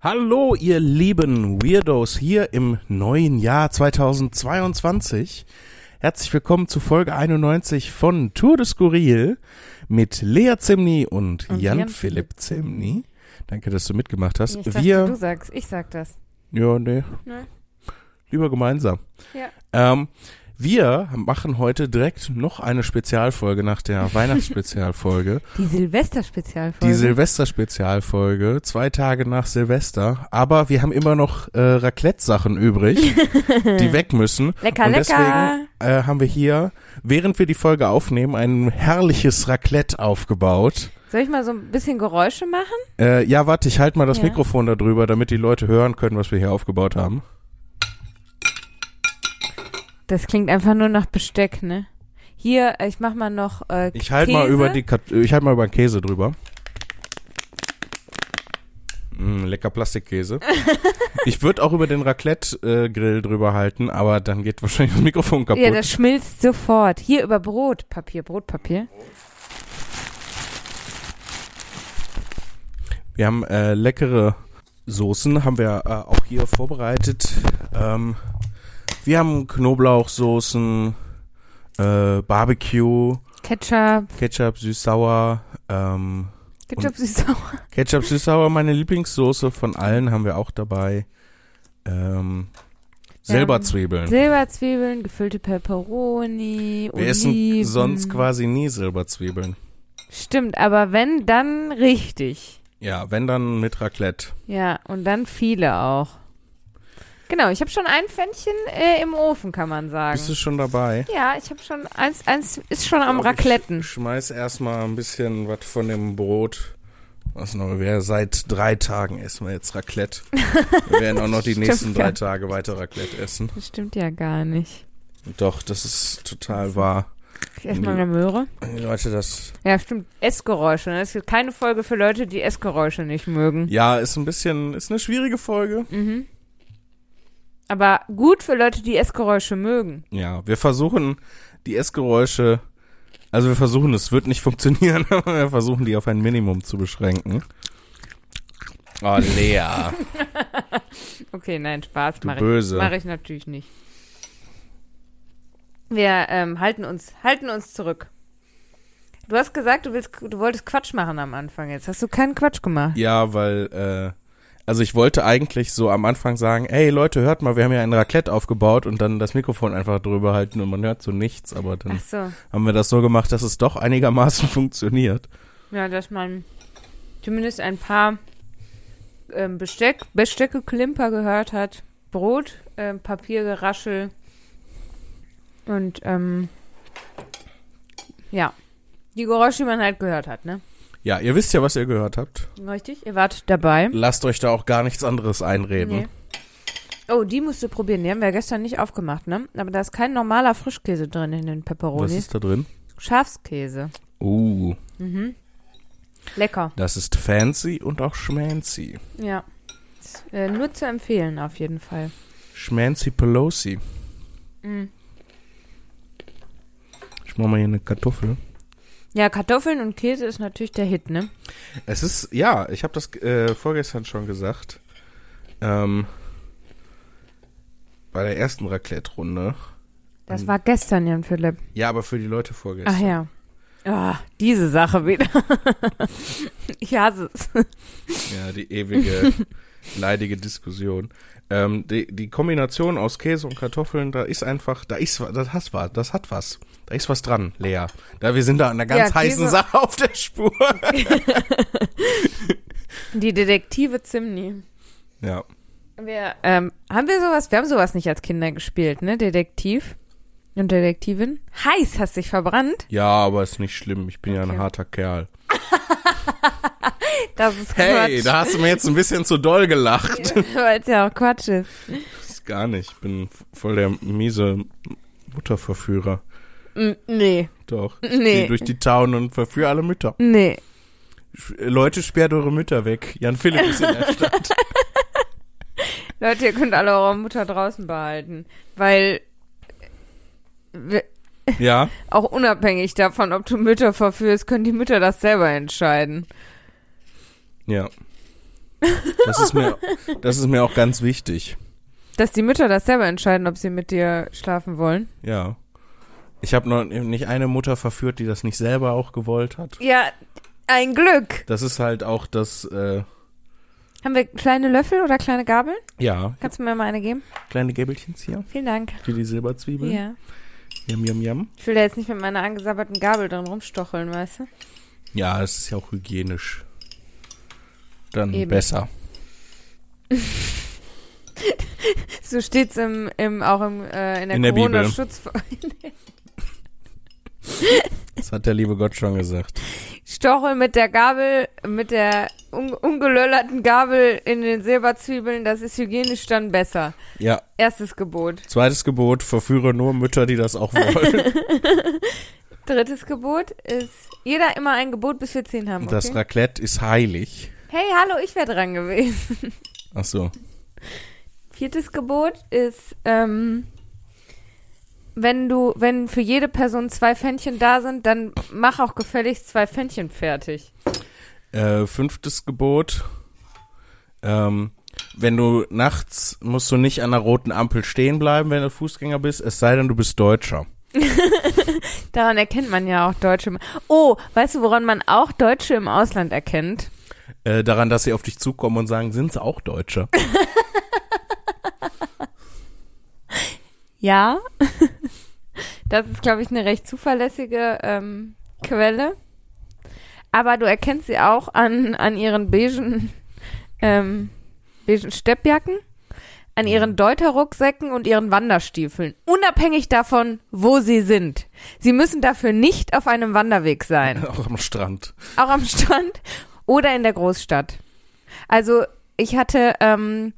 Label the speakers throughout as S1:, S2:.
S1: Hallo, ihr lieben Weirdos hier im neuen Jahr 2022. Herzlich willkommen zu Folge 91 von Tour de Skurril mit Lea Zimni und,
S2: Und Jan
S1: Jan-Philipp Zimni. Danke, dass du mitgemacht hast.
S2: Ich dachte,
S1: Wir,
S2: du sagst, ich sag das.
S1: ja, nee,
S2: Ne?
S1: lieber gemeinsam.
S2: Ja.
S1: Ähm, wir machen heute direkt noch eine Spezialfolge nach der Weihnachtsspezialfolge.
S2: Die Silvester-Spezialfolge.
S1: Die Silvester-Spezialfolge, zwei Tage nach Silvester. Aber wir haben immer noch äh, Raclette-Sachen übrig, die weg müssen.
S2: lecker,
S1: Und
S2: lecker.
S1: deswegen äh, haben wir hier, während wir die Folge aufnehmen, ein herrliches Raclette aufgebaut.
S2: Soll ich mal so ein bisschen Geräusche machen?
S1: Äh, ja, warte, ich halte mal das
S2: Ja.
S1: Mikrofon da drüber, damit die Leute hören können, was wir hier aufgebaut haben.
S2: Das klingt einfach nur nach Besteck, ne? Hier, äh, ich mach mal noch äh,
S1: Ich halte mal
S2: Käse.
S1: über die, Kat- äh, ich halte mal über den Käse drüber. Mm, lecker Plastikkäse. ich würde auch über den Raclette-Grill drüber halten, aber dann geht wahrscheinlich das Mikrofon kaputt.
S2: Ja, das schmilzt sofort. Hier über Brotpapier, Brotpapier.
S1: Wir haben äh, leckere Soßen, haben wir äh, auch hier vorbereitet. Ähm, wir haben Knoblauchsoßen, äh, Barbecue,
S2: Ketchup,
S1: Ketchup süß-sauer. Ähm,
S2: Ketchup süß sauer.
S1: Ketchup süß-sauer, meine Lieblingssoße von allen, haben wir auch dabei. Ähm, selber
S2: Ähm,
S1: Zwiebeln.
S2: Silberzwiebeln, gefüllte Peperoni,
S1: wir
S2: Oliven.
S1: essen sonst quasi nie Silberzwiebeln.
S2: Stimmt, aber wenn, dann richtig.
S1: Ja, wenn dann mit Raclette.
S2: Ja, und dann viele auch. Genau, ich habe schon ein Pfännchen äh, im Ofen, kann man sagen.
S1: Bist du schon dabei?
S2: Ja, ich habe schon eins, eins ist schon am
S1: glaub,
S2: Racletten.
S1: Ich schmeiß erstmal ein bisschen was von dem Brot. Was noch, wir seit drei Tagen essen wir jetzt Raclette. Wir werden auch noch die
S2: Stimmt,
S1: nächsten drei
S2: ja.
S1: Tage weiter Raclette essen.
S2: Das stimmt ja gar nicht.
S1: Doch, das ist total wahr.
S2: Erstmal eine Möhre.
S1: Die Leute, das.
S2: Ja, stimmt. Essgeräusche. ne? Es gibt keine Folge für Leute, die Essgeräusche nicht mögen.
S1: Ja, ist ein bisschen, ist eine schwierige Folge.
S2: Mhm. Aber gut für Leute, die Essgeräusche mögen.
S1: Ja, wir versuchen die Essgeräusche. Also wir versuchen, es wird nicht funktionieren, aber wir versuchen die auf ein Minimum zu beschränken. Oh, Lea,
S2: Okay, nein, Spaß
S1: du
S2: mache ich.
S1: böse.
S2: Mache ich natürlich nicht. Wir ähm, halten uns, halten uns zurück. Du hast gesagt, du willst, du wolltest Quatsch machen am Anfang. Jetzt hast du keinen Quatsch gemacht.
S1: Ja, weil, äh, also ich wollte eigentlich so am Anfang sagen, ey Leute, hört mal, wir haben ja ein Raclette aufgebaut und dann das Mikrofon einfach drüber halten und man hört so nichts, aber dann
S2: Ach so,
S1: haben wir das so gemacht, dass es doch einigermaßen funktioniert.
S2: ja, dass man zumindest ein paar ähm, Besteck, Bestecke Klimper gehört hat, Brot, ähm, Papiergeraschel und ähm, ja, die Geräusche, die man halt gehört hat, ne?
S1: Ja, ihr wisst ja, was ihr gehört habt.
S2: Richtig, ihr wart dabei.
S1: Lasst euch da auch gar nichts anderes einreden.
S2: Nee. Oh, die musst du probieren. Die haben wir gestern nicht aufgemacht, ne? Aber da ist kein normaler Frischkäse drin in den
S1: Was
S2: Peperonis.
S1: ist da drin?
S2: Schafskäse.
S1: Uh,
S2: Lecker.
S1: das ist fancy und auch schmancy.
S2: Ja. Ist, äh, nur zu empfehlen, auf jeden Fall.
S1: Schmancy Pelosi. Ich mach mal hier eine Kartoffel.
S2: Ja, Kartoffeln und Käse ist natürlich der Hit, ne?
S1: Es ist, ja, ich habe das äh, vorgestern schon gesagt. Ähm, bei der ersten Raclette-Runde. Mhm.
S2: Das war gestern, Jan Philipp.
S1: Ja, aber für die Leute vorgestern.
S2: Ach ja. Ah, diese Sache wieder. ich hasse es.
S1: Ja, die ewige, leidige Diskussion. Ähm, die, die Kombination aus Käse und Kartoffeln, da ist einfach, da ist, wa- das hat was, das hat was. Da ist was dran, Lea. Da wir sind da an einer ganz
S2: Ja,
S1: heißen
S2: Käse-
S1: Sache auf der Spur.
S2: Die Detektive Zimni.
S1: ja.
S2: Wir, ähm, haben wir sowas? Wir haben sowas nicht als Kinder gespielt, ne? Detektiv und Detektivin. Heiß, hast dich verbrannt?
S1: Ja, aber ist nicht schlimm. Ich bin ja ein
S2: Okay.
S1: harter Kerl.
S2: Das ist
S1: Hey,
S2: Quatsch,
S1: da hast du mir jetzt ein bisschen zu doll gelacht.
S2: weil es ja auch Quatsch ist.
S1: Ist Gar nicht. Ich bin f- voll der miese Mutterverführer.
S2: Mm, Nee,
S1: Doch. Ich
S2: Nee.
S1: geh durch die Town und verführe alle Mütter.
S2: nee.
S1: Sch- äh, Leute, sperrt eure Mütter weg. Jan Philipp ist in der Stadt.
S2: Leute, ihr könnt alle eure Mutter draußen behalten, weil äh, wir,
S1: Ja.
S2: auch unabhängig davon, ob du Mütter verführst, können die Mütter das selber entscheiden.
S1: Ja. Das ist mir, das ist mir auch ganz wichtig.
S2: Dass die Mütter das selber entscheiden, ob sie mit dir schlafen wollen.
S1: Ja. Ich habe noch nicht eine Mutter verführt, die das nicht selber auch gewollt hat.
S2: Ja, ein Glück.
S1: Das ist halt auch das, äh,
S2: Haben wir kleine Löffel oder kleine Gabeln?
S1: ja,
S2: Kannst du mir mal eine geben?
S1: kleine Gäbelchens hier,
S2: Vielen Dank.
S1: wie die Silberzwiebeln.
S2: Ja.
S1: Yum, yum, yum.
S2: Ich will da jetzt nicht mit meiner angesabberten Gabel drin rumstocheln, weißt du?
S1: Ja, es ist ja auch hygienisch. Dann
S2: Eben.
S1: besser.
S2: So steht's im, im auch im äh, in der,
S1: In der Bibel.
S2: Corona-Schutz.
S1: Das hat der liebe Gott schon gesagt.
S2: Stochel mit der Gabel, mit der un ungelöllerten Gabel in den Silberzwiebeln, das ist hygienisch dann besser.
S1: Ja,
S2: Erstes Gebot.
S1: zweites Gebot, verführe nur Mütter, die das auch wollen.
S2: Drittes Gebot ist, jeder immer ein Gebot bis wir zehn haben.
S1: Das
S2: Okay?
S1: Raclette ist heilig.
S2: Hey, hallo, ich wäre dran gewesen.
S1: Ach so.
S2: Viertes Gebot ist, ähm, wenn du, wenn für jede Person zwei Pfännchen da sind, dann mach auch gefälligst zwei Pfännchen fertig.
S1: Äh, fünftes Gebot. Ähm, wenn du nachts musst du nicht an der roten Ampel stehen bleiben, wenn du Fußgänger bist, es sei denn, du bist Deutscher.
S2: Daran erkennt man ja auch Deutsche. im- Oh, weißt du, woran man auch Deutsche im Ausland erkennt?
S1: Äh, daran, dass sie auf dich zukommen und sagen, sind sie auch Deutsche?
S2: Ja. Das ist, glaube ich, eine recht zuverlässige ähm, Quelle. Aber du erkennst sie auch an, an ihren beigen, ähm, beigen Steppjacken, an ihren Deuterrucksäcken und ihren Wanderstiefeln. Unabhängig davon, wo sie sind. Sie müssen dafür nicht auf einem Wanderweg sein.
S1: auch am Strand.
S2: auch am Strand oder in der Großstadt. Also ich hatte, ähm,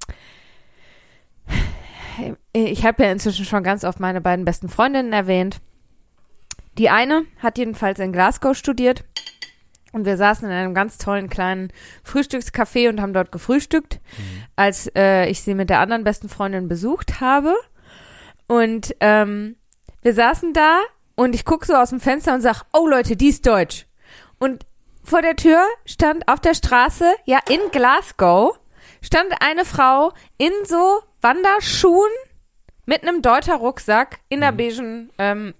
S2: ich habe ja inzwischen schon ganz oft meine beiden besten Freundinnen erwähnt. Die eine hat jedenfalls in Glasgow studiert und wir saßen in einem ganz tollen kleinen Frühstückscafé und haben dort gefrühstückt, als äh, ich sie mit der anderen besten Freundin besucht habe. Und ähm, wir saßen da und ich gucke so aus dem Fenster und sag, oh Leute, die ist deutsch. Und vor der Tür stand auf der Straße, ja in Glasgow, stand eine Frau in so Wanderschuhen mit einem deuter Rucksack in der beigen ähm,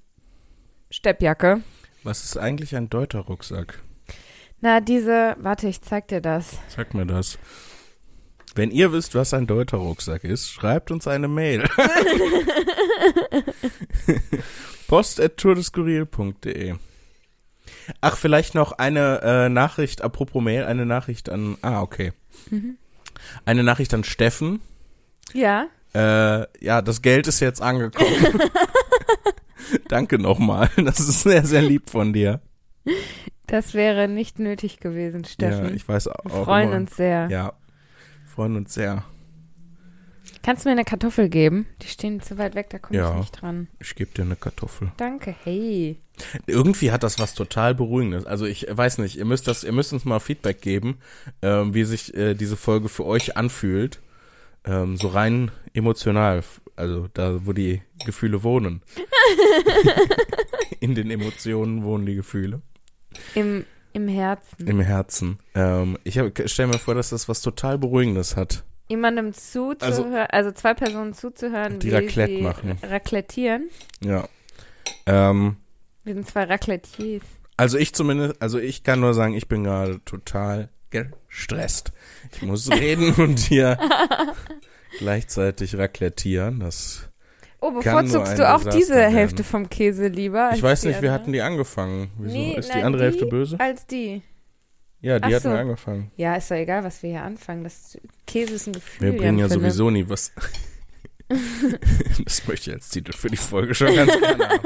S2: Steppjacke.
S1: Was ist eigentlich ein Deuterrucksack?
S2: Na, diese, warte, ich zeig dir das.
S1: Sag mir das. Wenn ihr wisst, was ein Deuterrucksack ist, schreibt uns eine Mail. Post at tourdeskurril.de Ach, vielleicht noch eine äh, Nachricht, apropos Mail, eine Nachricht an, ah, okay.
S2: Mhm.
S1: Eine Nachricht an Steffen.
S2: Ja.
S1: Äh, ja, das Geld ist jetzt angekommen. Danke nochmal, das ist sehr, sehr lieb von dir.
S2: Das wäre nicht nötig gewesen, Steffen.
S1: Ja, ich weiß auch.
S2: Wir freuen
S1: immer.
S2: uns sehr.
S1: Ja, freuen uns sehr.
S2: Kannst du mir eine Kartoffel geben? Die stehen zu weit weg, da komme
S1: Ja.
S2: ich nicht dran.
S1: Ich gebe dir eine Kartoffel.
S2: Danke, hey.
S1: Irgendwie hat das was total Beruhigendes. Also ich weiß nicht, ihr müsst das, ihr müsst uns mal Feedback geben, ähm, wie sich äh, diese Folge für euch anfühlt. Ähm, so rein emotional, f- also da, wo die Gefühle wohnen. In den Emotionen wohnen die Gefühle.
S2: Im, im Herzen.
S1: Im Herzen. Ähm, ich stelle mir vor, dass das was total Beruhigendes hat.
S2: jemandem zuzuhören, also, zwei Personen zuzuhören,
S1: Die
S2: wie
S1: Raclette
S2: sie
S1: machen.
S2: Raclettieren.
S1: Ja. Ähm,
S2: Wir sind zwei Raclettiers.
S1: Also ich zumindest, also ich kann nur sagen, ich bin gerade total gestresst. Ich muss reden und hier gleichzeitig raclettieren. Das,
S2: Oh,
S1: Kann nur
S2: bevorzugst
S1: ein
S2: du auch
S1: Desaster
S2: diese
S1: werden.
S2: Hälfte vom Käse lieber?
S1: ich
S2: als
S1: weiß
S2: die
S1: nicht, wir
S2: andere?
S1: hatten die angefangen. Wieso?
S2: ne? Nee,
S1: ist die
S2: nein,
S1: andere
S2: die-
S1: Hälfte böse?
S2: Als die.
S1: Ja, die
S2: Ach
S1: hatten
S2: so.
S1: wir angefangen.
S2: Ja, ist doch egal, was wir hier anfangen. Das Käse ist ein Gefühl.
S1: Wir bringen ja
S2: Jan Philipp.
S1: sowieso nie was. das möchte ich als Titel für die Folge schon ganz genau. gerne haben.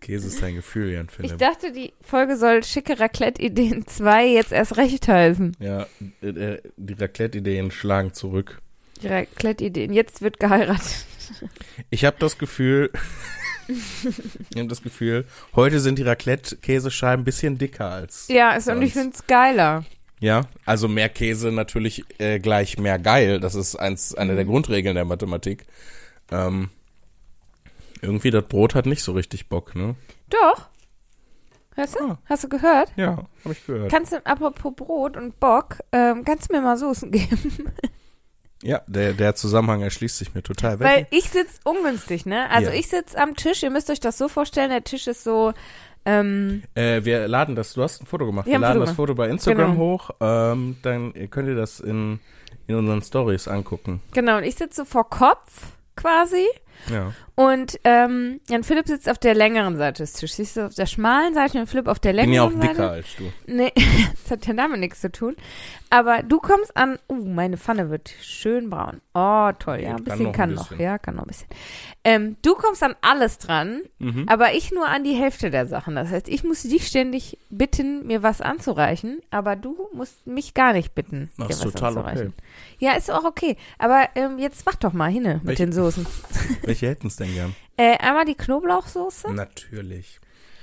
S1: Käse ist ein Gefühl, Jan
S2: Ich
S1: Philipp.
S2: dachte, die Folge soll schicke Raclette-Ideen 2 jetzt erst recht heißen.
S1: Ja, äh, äh, die Raclette-Ideen schlagen zurück.
S2: Die Raclette-Ideen. Jetzt wird geheiratet.
S1: Ich habe das Gefühl, ich habe das Gefühl, heute sind die Raclette-Käsescheiben ein bisschen dicker als.
S2: Ja, ist, und ich
S1: Sonst.
S2: finde es geiler.
S1: Ja, also mehr Käse natürlich äh, gleich mehr geil. Das ist eins, eine der Grundregeln der Mathematik. Ähm, irgendwie das Brot hat nicht so richtig Bock, ne?
S2: Doch. Hörst du?
S1: Ah.
S2: Hast du gehört?
S1: Ja, habe ich gehört.
S2: Kannst du, apropos Brot und Bock, ähm, kannst du mir mal Soßen geben?
S1: Ja, der, der Zusammenhang erschließt sich mir total.
S2: Weil
S1: Welche-
S2: ich sitze ungünstig, ne? Also
S1: Ja.
S2: ich sitze am Tisch, ihr müsst euch das so vorstellen, der Tisch ist so, ähm,
S1: äh, wir laden das, du hast ein Foto gemacht,
S2: Wir
S1: wir,
S2: haben
S1: laden
S2: ein Foto
S1: das Foto bei Instagram
S2: Genau.
S1: hoch, ähm, dann könnt ihr das in, in unseren Stories angucken.
S2: genau, und ich sitze so vor Kopf quasi
S1: Ja.
S2: und ähm, Jan Philipp sitzt auf der längeren Seite des Tisches. Ich sitze auf der schmalen Seite und Philipp auf der
S1: Bin
S2: längeren
S1: ja auch
S2: Seite.
S1: dicker als du.
S2: Nee, das hat ja damit nichts zu tun. Aber du kommst an. Uh, meine Pfanne wird schön braun. Oh, toll. Ja,
S1: Ja, kann
S2: ein bisschen
S1: noch ein
S2: kann noch.
S1: bisschen.
S2: Ja, kann noch ein bisschen. Ähm, du kommst an alles dran,
S1: Mhm.
S2: aber ich nur an die Hälfte der Sachen. Das heißt, ich muss dich ständig bitten, mir was anzureichen, aber du musst mich gar nicht bitten.
S1: Das
S2: dir
S1: ist
S2: was
S1: total
S2: anzureichen.
S1: okay.
S2: Ja, ist auch okay. Aber ähm, jetzt mach doch mal hinne mit
S1: Welche-
S2: den Soßen.
S1: Welche hätten es denn gern?
S2: Äh, einmal die Knoblauchsoße
S1: Natürlich.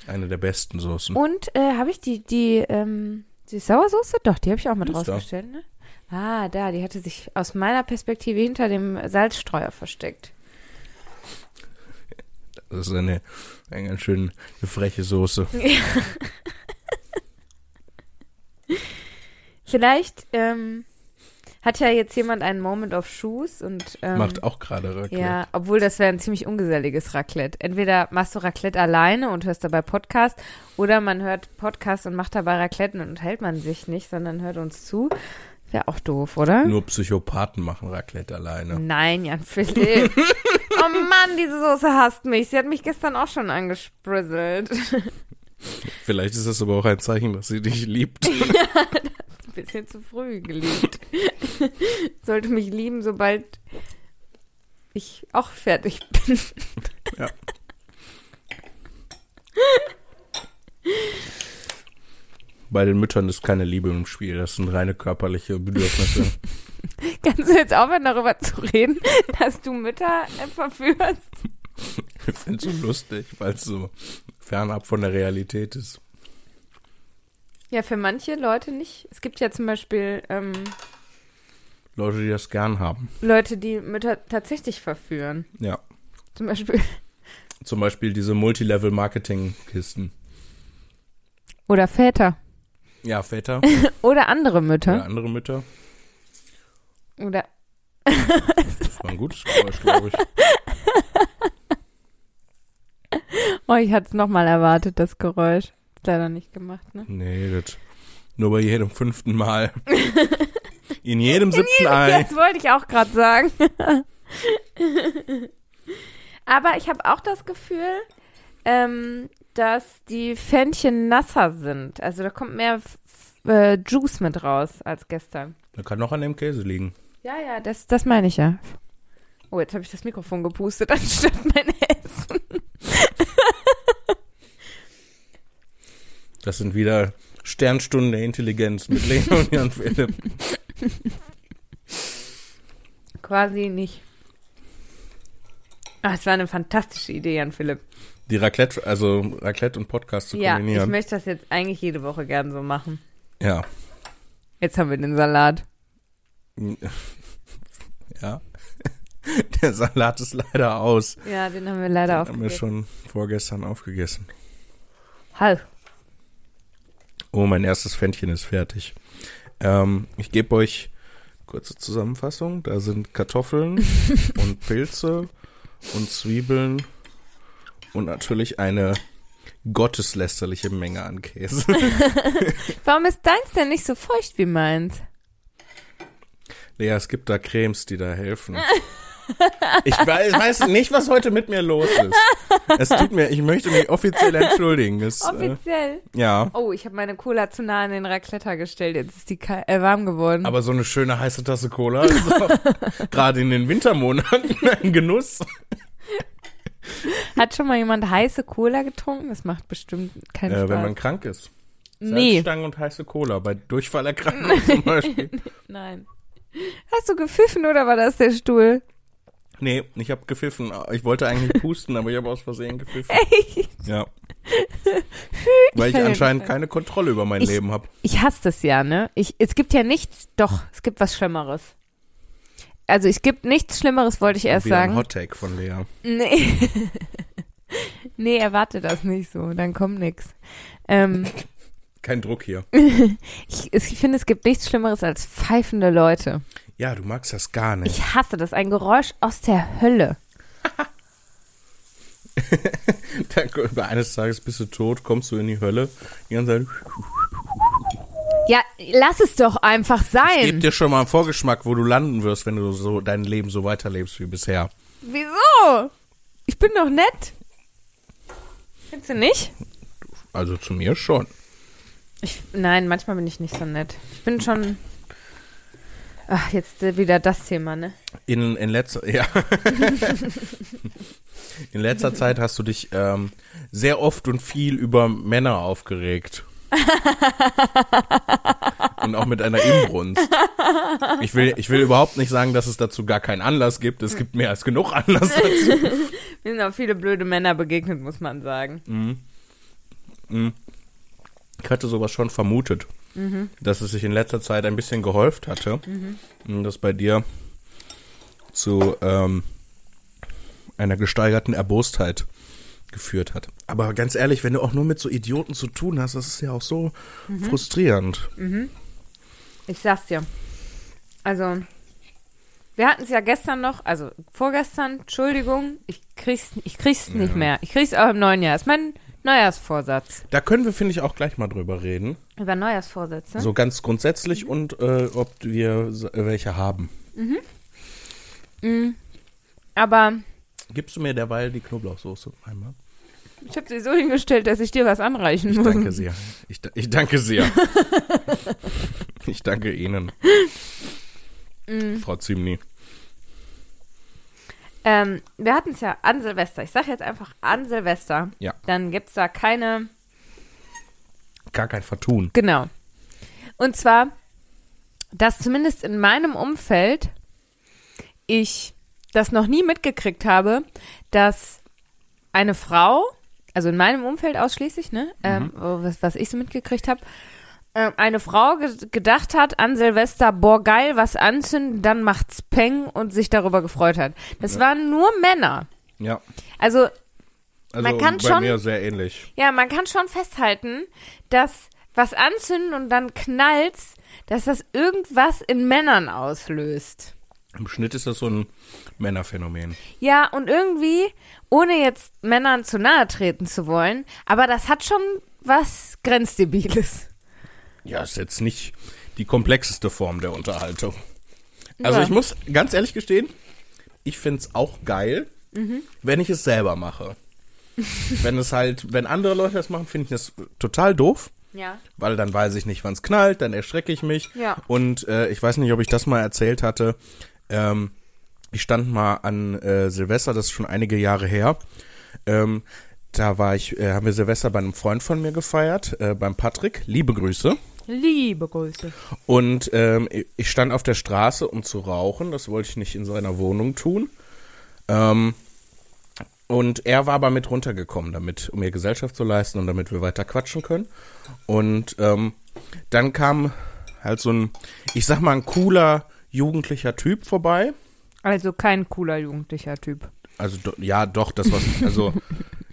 S1: Eine der besten Soßen.
S2: Und äh, habe ich die, die, ähm, die Sauersoße? Doch, die habe ich auch mit
S1: Die ist da.
S2: rausgestellt, ne? Ah, da, die hatte sich aus meiner Perspektive hinter dem Salzstreuer versteckt.
S1: Das ist eine, eine ganz schön eine freche Soße.
S2: Vielleicht ähm, hat ja jetzt jemand einen Moment of Shoes und ähm,
S1: Macht auch gerade Raclette.
S2: ja, obwohl das wäre ein ziemlich ungeselliges Raclette. Entweder machst du Raclette alleine und hörst dabei Podcast oder man hört Podcast und macht dabei Raclette und hält man sich nicht, sondern hört uns zu. Wäre auch doof, oder?
S1: Nur Psychopathen machen Raclette alleine.
S2: Nein, Jan Philipp. oh Mann, diese Soße hasst mich. Sie hat mich gestern auch schon angesprizzelt.
S1: Vielleicht ist das aber auch ein Zeichen, dass sie dich liebt.
S2: Ein bisschen zu früh geliebt. Sollte mich lieben, sobald ich auch fertig bin.
S1: Ja. Bei den Müttern ist keine Liebe im Spiel, das sind reine körperliche Bedürfnisse.
S2: Kannst du jetzt aufhören, darüber zu reden, dass du Mütter äh, verführst?
S1: Ich finde es so lustig, weil es so fernab von der Realität ist.
S2: Ja, für manche Leute nicht. Es gibt ja zum Beispiel ähm,
S1: Leute, die das gern haben.
S2: Leute, die Mütter tatsächlich verführen.
S1: Ja.
S2: Zum Beispiel.
S1: Zum Beispiel diese Multilevel-Marketing-Kisten.
S2: Oder Väter.
S1: Ja, Väter
S2: Oder andere
S1: oder
S2: Mütter.
S1: andere Mütter.
S2: Oder
S1: Das war ein gutes Geräusch, glaube ich.
S2: Oh, ich hatte es nochmal erwartet, das Geräusch. Ist leider nicht gemacht, ne?
S1: Nee, das. Nur bei jedem fünften Mal. In jedem siebten Ei.
S2: Das wollte ich auch gerade sagen. Aber ich habe auch das Gefühl, ähm, dass die Fännchen nasser sind. Also da kommt mehr F- F- äh, Juice mit raus als gestern.
S1: Da kann noch an dem Käse liegen.
S2: Ja, ja, das, das meine ich ja. Oh, jetzt habe ich das Mikrofon gepustet, anstatt mein Essen.
S1: Das sind wieder Sternstunden der Intelligenz mit Lena und Jan Philipp.
S2: Quasi nicht. Ah, es war eine fantastische Idee, Jan Philipp.
S1: Die Raclette, also Raclette und Podcast zu
S2: Ja, ich
S1: kombinieren.
S2: möchte das jetzt eigentlich jede Woche gern so machen.
S1: ja.
S2: Jetzt haben wir den Salat.
S1: Ja. Der Salat ist leider aus.
S2: Ja, den haben wir leider
S1: Haben wir schon vorgestern aufgegessen.
S2: Halb.
S1: Oh, mein erstes Pfändchen ist fertig. Ähm, ich gebe euch kurze Zusammenfassung. Da sind Kartoffeln und Pilze und Zwiebeln und natürlich eine gotteslästerliche Menge an Käse.
S2: Warum ist deins denn nicht so feucht wie meins?
S1: Lea, es gibt da Cremes, die da helfen. Ich weiß, weiß nicht, was heute mit mir los ist. Es tut mir, ich möchte mich offiziell entschuldigen. Es, äh,
S2: Offiziell.
S1: ja,
S2: Oh, ich habe meine Cola zu nah an den Raclette gestellt. Jetzt ist die ka- äh, warm geworden.
S1: aber so eine schöne heiße Tasse Cola ist auch gerade in den Wintermonaten ein Genuss.
S2: Hat schon mal jemand heiße Cola getrunken? Das macht bestimmt keinen
S1: Äh,
S2: Spaß.
S1: wenn man krank ist.
S2: nee,
S1: Salzstangen und heiße Cola bei Durchfallerkrankung zum Beispiel.
S2: nein. Hast du gepfiffen oder war das der Stuhl?
S1: Nee, ich habe gepfiffen. Ich wollte eigentlich pusten, aber ich habe aus Versehen gepfiffen.
S2: Echt?
S1: Ja. Weil ich
S2: kann ja
S1: anscheinend
S2: nicht.
S1: keine Kontrolle über mein
S2: Ich-
S1: Leben habe.
S2: Ich hasse das ja, ne? Ich, es gibt ja nichts, doch, es gibt was Schlimmeres. Also es gibt nichts Schlimmeres, wollte ich erst
S1: Wieder ein
S2: sagen.
S1: Hottake von Lea.
S2: Nee. Nee, erwarte das nicht so, dann kommt nix. Ähm,
S1: Kein Druck hier.
S2: ich, ich finde, es gibt nichts Schlimmeres als pfeifende Leute.
S1: Ja, du magst das gar nicht.
S2: Ich hasse das, ein Geräusch aus der Hölle.
S1: Dann, über eines Tages bist du tot, kommst du in die Hölle. Die ganze Zeit.
S2: Ja, lass es doch einfach
S1: Gib
S2: sein.
S1: dir schon mal einen Vorgeschmack, wo du landen wirst, wenn du so dein Leben so weiterlebst wie bisher.
S2: Wieso? Ich bin doch nett. Findest du nicht?
S1: Also zu mir schon.
S2: Ich, nein, manchmal bin ich nicht so nett. Ich bin schon. Ach, jetzt äh, wieder das Thema, ne?
S1: In, in letzter ja. in letzter Zeit hast du dich ähm, sehr oft und viel über Männer aufgeregt. und auch mit einer Inbrunst. Ich will, ich will überhaupt nicht sagen, dass es dazu gar keinen Anlass gibt. Es gibt mehr als genug Anlass dazu.
S2: Mir sind auch viele blöde Männer begegnet, muss man sagen.
S1: Ich hatte sowas schon vermutet, dass es sich in letzter Zeit ein bisschen gehäuft hatte. Und das bei dir zu ähm, einer gesteigerten Erbostheit geführt hat. Aber ganz ehrlich, wenn du auch nur mit so Idioten zu tun hast, das ist ja auch so frustrierend.
S2: Ich sag's dir. Also, wir hatten es ja gestern noch, also vorgestern, Entschuldigung, ich krieg's, ich krieg's nicht mehr. Ich krieg's auch im neuen Jahr. Ist mein Neujahrsvorsatz.
S1: Da können wir, finde ich, auch gleich mal drüber reden.
S2: Über Neujahrsvorsätze?
S1: So ganz grundsätzlich und äh, ob wir s- welche haben.
S2: Aber
S1: Gibst du mir derweil die Knoblauchsoße einmal?
S2: ich habe sie so hingestellt, dass ich dir was anreichen
S1: Ich
S2: muss.
S1: danke sehr. Ich, da- ich danke sehr. ich danke Ihnen. Frau Zimni.
S2: Ähm, wir hatten es ja an Silvester. Ich sage jetzt einfach an Silvester.
S1: Ja.
S2: Dann gibt's da keine.
S1: Gar kein Vertun.
S2: Genau. Und zwar, dass zumindest in meinem Umfeld ich das noch nie mitgekriegt habe, dass eine Frau, also in meinem Umfeld ausschließlich, ne, ähm, was, was ich so mitgekriegt habe, ähm, eine Frau ge gedacht hat an Silvester, boah, geil, was anzünden, dann macht's Peng und sich darüber gefreut hat. Das waren nur Männer.
S1: Ja.
S2: Also
S1: Also
S2: Man kann
S1: bei
S2: schon-
S1: mir sehr ähnlich.
S2: ja, man kann schon festhalten, dass was anzünden und dann knallt's, dass das irgendwas in Männern auslöst.
S1: Im Schnitt ist das so ein Männerphänomen.
S2: Ja, und irgendwie, ohne jetzt Männern zu nahe treten zu wollen, aber das hat schon was Grenzdebiles.
S1: Ja, ist jetzt nicht die komplexeste Form der Unterhaltung. Also
S2: Ja.
S1: ich muss ganz ehrlich gestehen, ich find's auch geil,
S2: Mhm.
S1: wenn ich es selber mache. wenn es halt, wenn andere Leute das machen, finde ich das total doof.
S2: Ja.
S1: weil dann weiß ich nicht, wann's knallt, dann erschrecke ich mich.
S2: Ja.
S1: Und äh, ich weiß nicht, ob ich das mal erzählt hatte. Ähm, ich stand mal an äh, Silvester, das ist schon einige Jahre her. Ähm, da war ich, äh, haben wir Silvester bei einem Freund von mir gefeiert, äh, beim Patrick. Liebe Grüße.
S2: Liebe Grüße.
S1: Und ähm, ich stand auf der Straße, um zu rauchen. Das wollte ich nicht in seiner Wohnung tun. Ähm, und er war aber mit runtergekommen, damit, um mir Gesellschaft zu leisten und damit wir weiter quatschen können. Und ähm, dann kam halt so ein, ich sag mal, ein cooler jugendlicher Typ vorbei.
S2: Also kein cooler jugendlicher Typ.
S1: Also do, ja, doch, das was. Also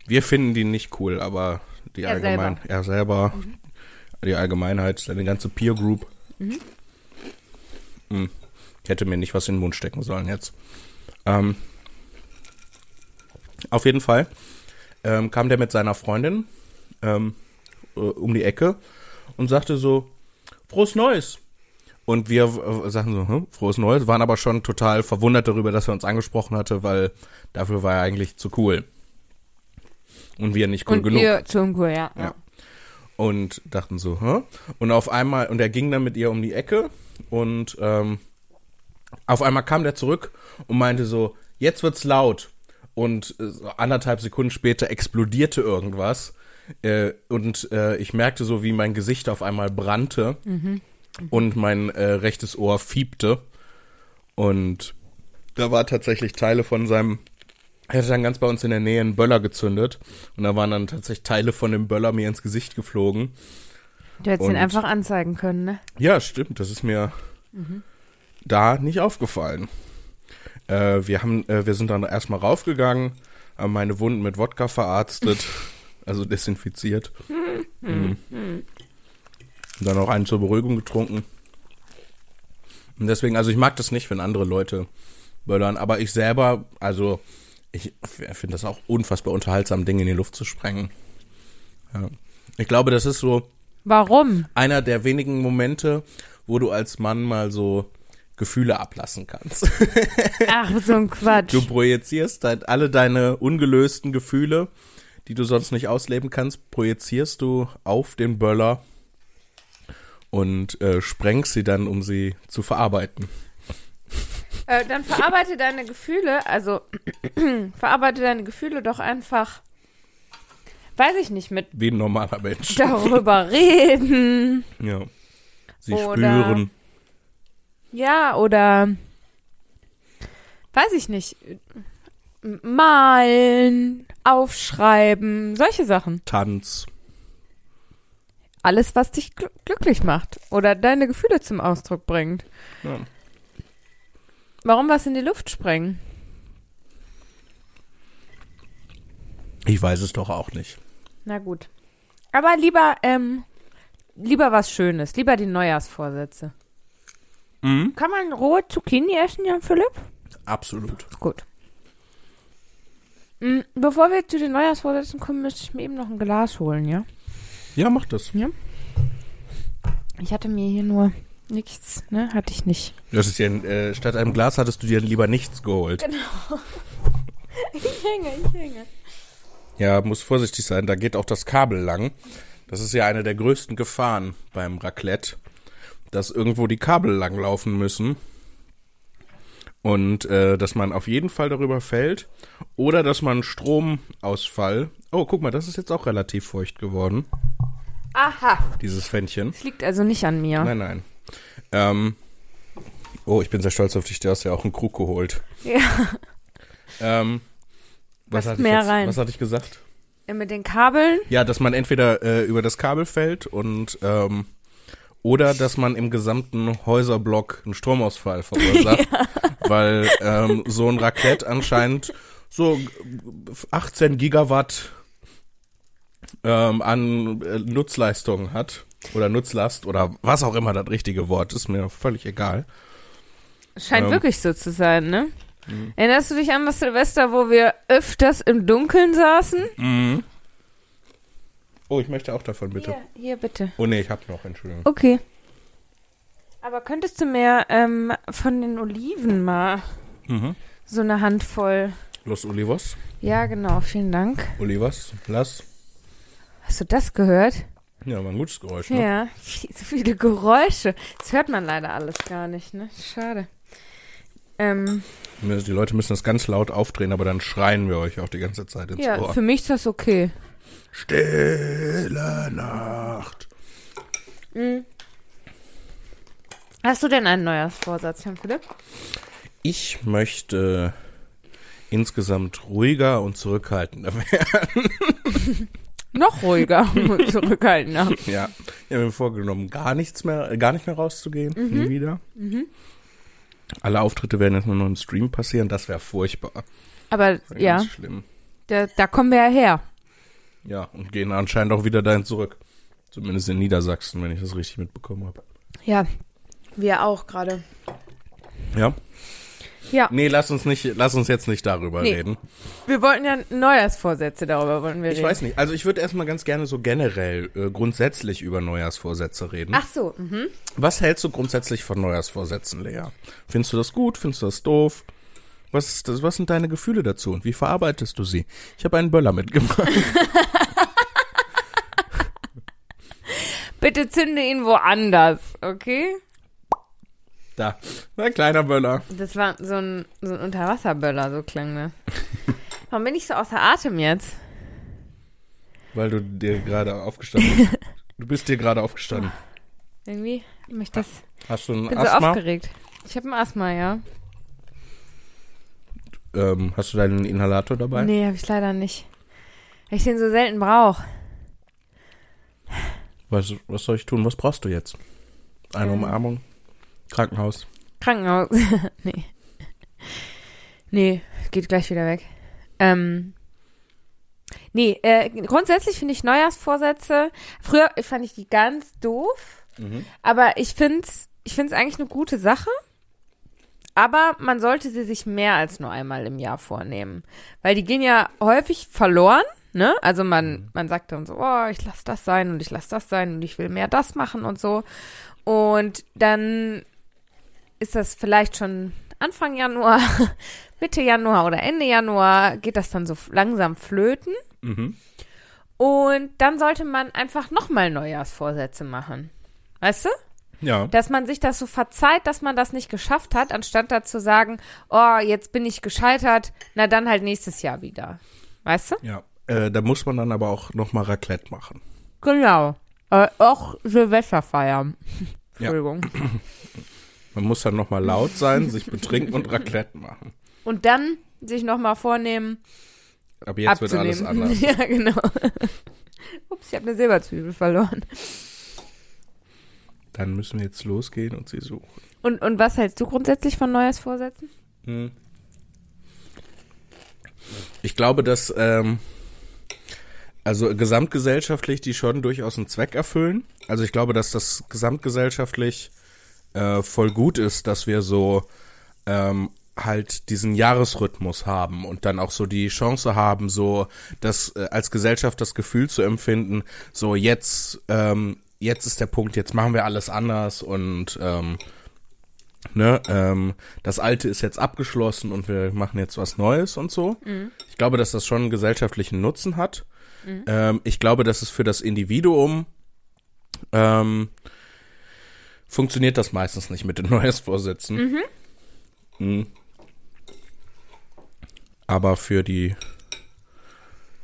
S1: wir finden die nicht cool, aber die
S2: Er
S1: allgemein, er selber, die Allgemeinheit, seine ganze Peer Group. Hm. Ich hätte mir nicht was in den Mund stecken sollen jetzt. Ähm, auf jeden Fall ähm, kam der mit seiner Freundin ähm, äh, um die Ecke und sagte so, frohes Neues. Und wir äh, sagten so, hm, frohes Neues, waren aber schon total verwundert darüber, dass er uns angesprochen hatte, weil dafür war er eigentlich zu cool. Und wir nicht cool
S2: und
S1: genug.
S2: ihr zu uncool, ja.
S1: Ja. Und dachten so, hä? Und auf einmal, und er ging dann mit ihr um die Ecke und ähm, auf einmal kam der zurück und meinte so, jetzt wird's laut. Und äh, so anderthalb Sekunden später explodierte irgendwas. Äh, und äh, ich merkte so, wie mein Gesicht auf einmal brannte und mein äh, rechtes Ohr fiebte. Und da war tatsächlich Teile von seinem er hatte dann ganz bei uns in der Nähe einen Böller gezündet und da waren dann tatsächlich Teile von dem Böller mir ins Gesicht geflogen.
S2: Du hättest
S1: Und-
S2: ihn einfach anzeigen können, ne?
S1: Mhm. Ja, stimmt, das ist mir da nicht aufgefallen. Äh, wir, haben, äh, wir sind dann erstmal raufgegangen, haben meine Wunden mit Wodka verarztet, also desinfiziert. Mhm. Und dann auch einen zur Beruhigung getrunken. Und deswegen, also ich mag das nicht, wenn andere Leute böllern, aber ich selber, also ich finde das auch unfassbar unterhaltsam, Dinge in die Luft zu sprengen. Ja. Ich glaube, das ist so
S2: Warum?
S1: einer der wenigen Momente, wo du als Mann mal so Gefühle ablassen kannst.
S2: Ach, so ein Quatsch.
S1: Du projizierst halt alle deine ungelösten Gefühle, die du sonst nicht ausleben kannst, projizierst du auf den Böller und äh, sprengst sie dann, um sie zu verarbeiten.
S2: Äh, dann verarbeite deine Gefühle, also verarbeite deine Gefühle doch einfach, weiß ich nicht, mit
S1: Wie ein normaler Mensch.
S2: darüber reden.
S1: Ja. Sie
S2: Oder-
S1: spüren.
S2: Ja, oder weiß ich nicht, m- malen, aufschreiben, solche Sachen.
S1: Tanz.
S2: Alles, was dich gl glücklich macht oder deine Gefühle zum Ausdruck bringt.
S1: Ja.
S2: Warum was in die Luft sprengen?
S1: Ich weiß es doch auch nicht.
S2: Na gut. Aber lieber, ähm, lieber was Schönes, lieber die Neujahrsvorsätze.
S1: Mhm.
S2: Kann man rohe Zucchini essen, Jan Philipp?
S1: Absolut.
S2: Gut. Mm, Bevor wir zu den Neujahrsvorsätzen kommen, müsste ich mir eben noch ein Glas holen, ja?
S1: Ja, mach das.
S2: Ich hatte mir hier nur nichts, ne? Hatte ich nicht.
S1: Das ist ja, äh, statt einem Glas hattest du dir lieber nichts geholt.
S2: Ich hänge, ich hänge.
S1: Ja, muss vorsichtig sein, da geht auch das Kabel lang. Das ist ja eine der größten Gefahren beim Raclette, dass irgendwo die Kabel lang laufen müssen. Und äh, dass man auf jeden Fall darüber fällt. Oder dass man Stromausfall. Oh, guck mal, das ist jetzt auch relativ feucht geworden,
S2: Aha.
S1: dieses Fändchen.
S2: Es liegt also nicht an mir.
S1: Nein, nein. Ähm, oh, ich bin sehr stolz auf dich, du hast ja auch einen Krug geholt.
S2: Ja.
S1: Ähm, was,
S2: Passt
S1: hatte ich
S2: mehr
S1: jetzt,
S2: rein.
S1: was hatte ich gesagt?
S2: Äh, Mit den Kabeln.
S1: Ja, dass man entweder äh, über das Kabel fällt und ähm, oder dass man im gesamten Häuserblock einen Stromausfall verursacht, weil ähm, so ein Raclette anscheinend so 18 Gigawatt ähm, an äh, Nutzleistung hat oder Nutzlast oder was auch immer das richtige Wort ist, mir völlig egal.
S2: Scheint
S1: Ähm. Mhm.
S2: wirklich so zu sein, ne? Erinnerst du dich an das Silvester, wo wir öfters im Dunkeln saßen?
S1: Oh, ich möchte auch davon bitte.
S2: Hier, hier bitte.
S1: Oh nee, ich hab noch, Entschuldigung.
S2: Okay. Aber könntest du mir ähm, von den Oliven mal
S1: Mhm.
S2: so eine Handvoll.
S1: Los Olivos,
S2: Ja, genau, vielen Dank.
S1: Olivos, lass.
S2: Hast du das gehört?
S1: Ja, war ein gutes Geräusch, ne?
S2: Ja, viel, so viele Geräusche. Das hört man leider alles gar nicht, ne? Schade. Ähm,
S1: Die Leute müssen das ganz laut aufdrehen, aber dann schreien wir euch auch die ganze Zeit ins
S2: ja,
S1: Ohr.
S2: für mich ist das okay.
S1: Stille Nacht.
S2: Mhm. Hast du denn einen Neujahrsvorsatz, Herr Philipp?
S1: Ich möchte insgesamt ruhiger und zurückhaltender werden.
S2: Noch ruhiger und zurückhaltender.
S1: ja. Ich habe mir vorgenommen, gar nichts mehr, äh, gar nicht mehr rauszugehen.
S2: Mhm.
S1: Nie wieder. Alle Auftritte werden jetzt nur noch im Stream passieren. Das wäre furchtbar.
S2: Aber
S1: Wär
S2: ja,
S1: Ganz schlimm.
S2: da, da kommen wir ja her.
S1: Ja, und gehen anscheinend auch wieder dahin zurück. Zumindest in Niedersachsen, wenn ich das richtig mitbekommen habe.
S2: Ja, wir auch gerade.
S1: Ja?
S2: Ja.
S1: Nee, lass uns nicht, lass uns jetzt nicht darüber
S2: Nee.
S1: reden.
S2: Wir wollten ja Neujahrsvorsätze, darüber wollten wir
S1: Ich
S2: reden.
S1: weiß nicht. Also ich würde erstmal ganz gerne so generell äh, grundsätzlich über Neujahrsvorsätze reden.
S2: Ach so, mhm.
S1: Was hältst du grundsätzlich von Neujahrsvorsätzen, Lea? Findest du das gut? Findest du das doof? Was, ist das, was sind deine Gefühle dazu und wie verarbeitest du sie? Ich habe einen Böller mitgebracht.
S2: Bitte zünde ihn woanders, okay?
S1: Da, ein kleiner Böller.
S2: Das war so ein, so ein Unterwasserböller, so klang das. Warum bin ich so außer Atem jetzt?
S1: Weil du dir gerade aufgestanden bist. Du bist dir gerade aufgestanden.
S2: Irgendwie habe ich das.
S1: Hast du ein
S2: bin so
S1: Asthma?
S2: aufgeregt. Ich habe ein Asthma, ja.
S1: ähm, hast du deinen Inhalator dabei?
S2: Nee, habe ich leider nicht. Weil ich den so selten brauche.
S1: Was, was soll ich tun? Was brauchst du jetzt? Eine
S2: Ähm.
S1: Umarmung? Krankenhaus?
S2: Krankenhaus. nee. Nee, geht gleich wieder weg. Ähm, nee, äh, grundsätzlich finde ich Neujahrsvorsätze, früher fand ich die ganz doof, aber ich finde es ich find's eigentlich eine gute Sache. Aber man sollte sie sich mehr als nur einmal im Jahr vornehmen. Weil die gehen ja häufig verloren, ne? Also man, man sagt dann so, oh, ich lasse das sein und ich lasse das sein und ich will mehr das machen und so. Und dann ist das vielleicht schon Anfang Januar, Mitte Januar oder Ende Januar geht das dann so langsam flöten. Und dann sollte man einfach nochmal Neujahrsvorsätze machen. Weißt du?
S1: Ja.
S2: Dass man sich das so verzeiht, dass man das nicht geschafft hat, anstatt da zu sagen, oh, jetzt bin ich gescheitert, na dann halt nächstes Jahr wieder. Weißt du?
S1: ja. Äh, da muss man dann aber auch nochmal Raclette machen.
S2: Genau. Äh, auch Silvester feiern. Entschuldigung.
S1: Man muss dann nochmal laut sein, sich betrinken und Raclette machen.
S2: Und dann sich nochmal vornehmen,
S1: Aber jetzt wird alles
S2: abzunehmen.
S1: anders.
S2: Ja, genau. Ups, ich habe eine Silberzwiebel verloren.
S1: Dann müssen wir jetzt losgehen und sie suchen.
S2: Und, und was hältst du grundsätzlich von Neujahrsvorsätzen?
S1: Ich glaube, dass ähm, also gesamtgesellschaftlich die schon durchaus einen Zweck erfüllen. Also ich glaube, dass das gesamtgesellschaftlich äh, voll gut ist, dass wir so ähm, halt diesen Jahresrhythmus haben und dann auch so die Chance haben, so das äh, als Gesellschaft das Gefühl zu empfinden, so jetzt ähm, jetzt ist der Punkt, jetzt machen wir alles anders und ähm, ne, ähm, das Alte ist jetzt abgeschlossen und wir machen jetzt was Neues und so. Ich glaube, dass das schon einen gesellschaftlichen Nutzen hat. Ähm, ich glaube, dass es für das Individuum ähm, funktioniert das meistens nicht mit den Neujahrsvorsätzen. Mhm. Aber für die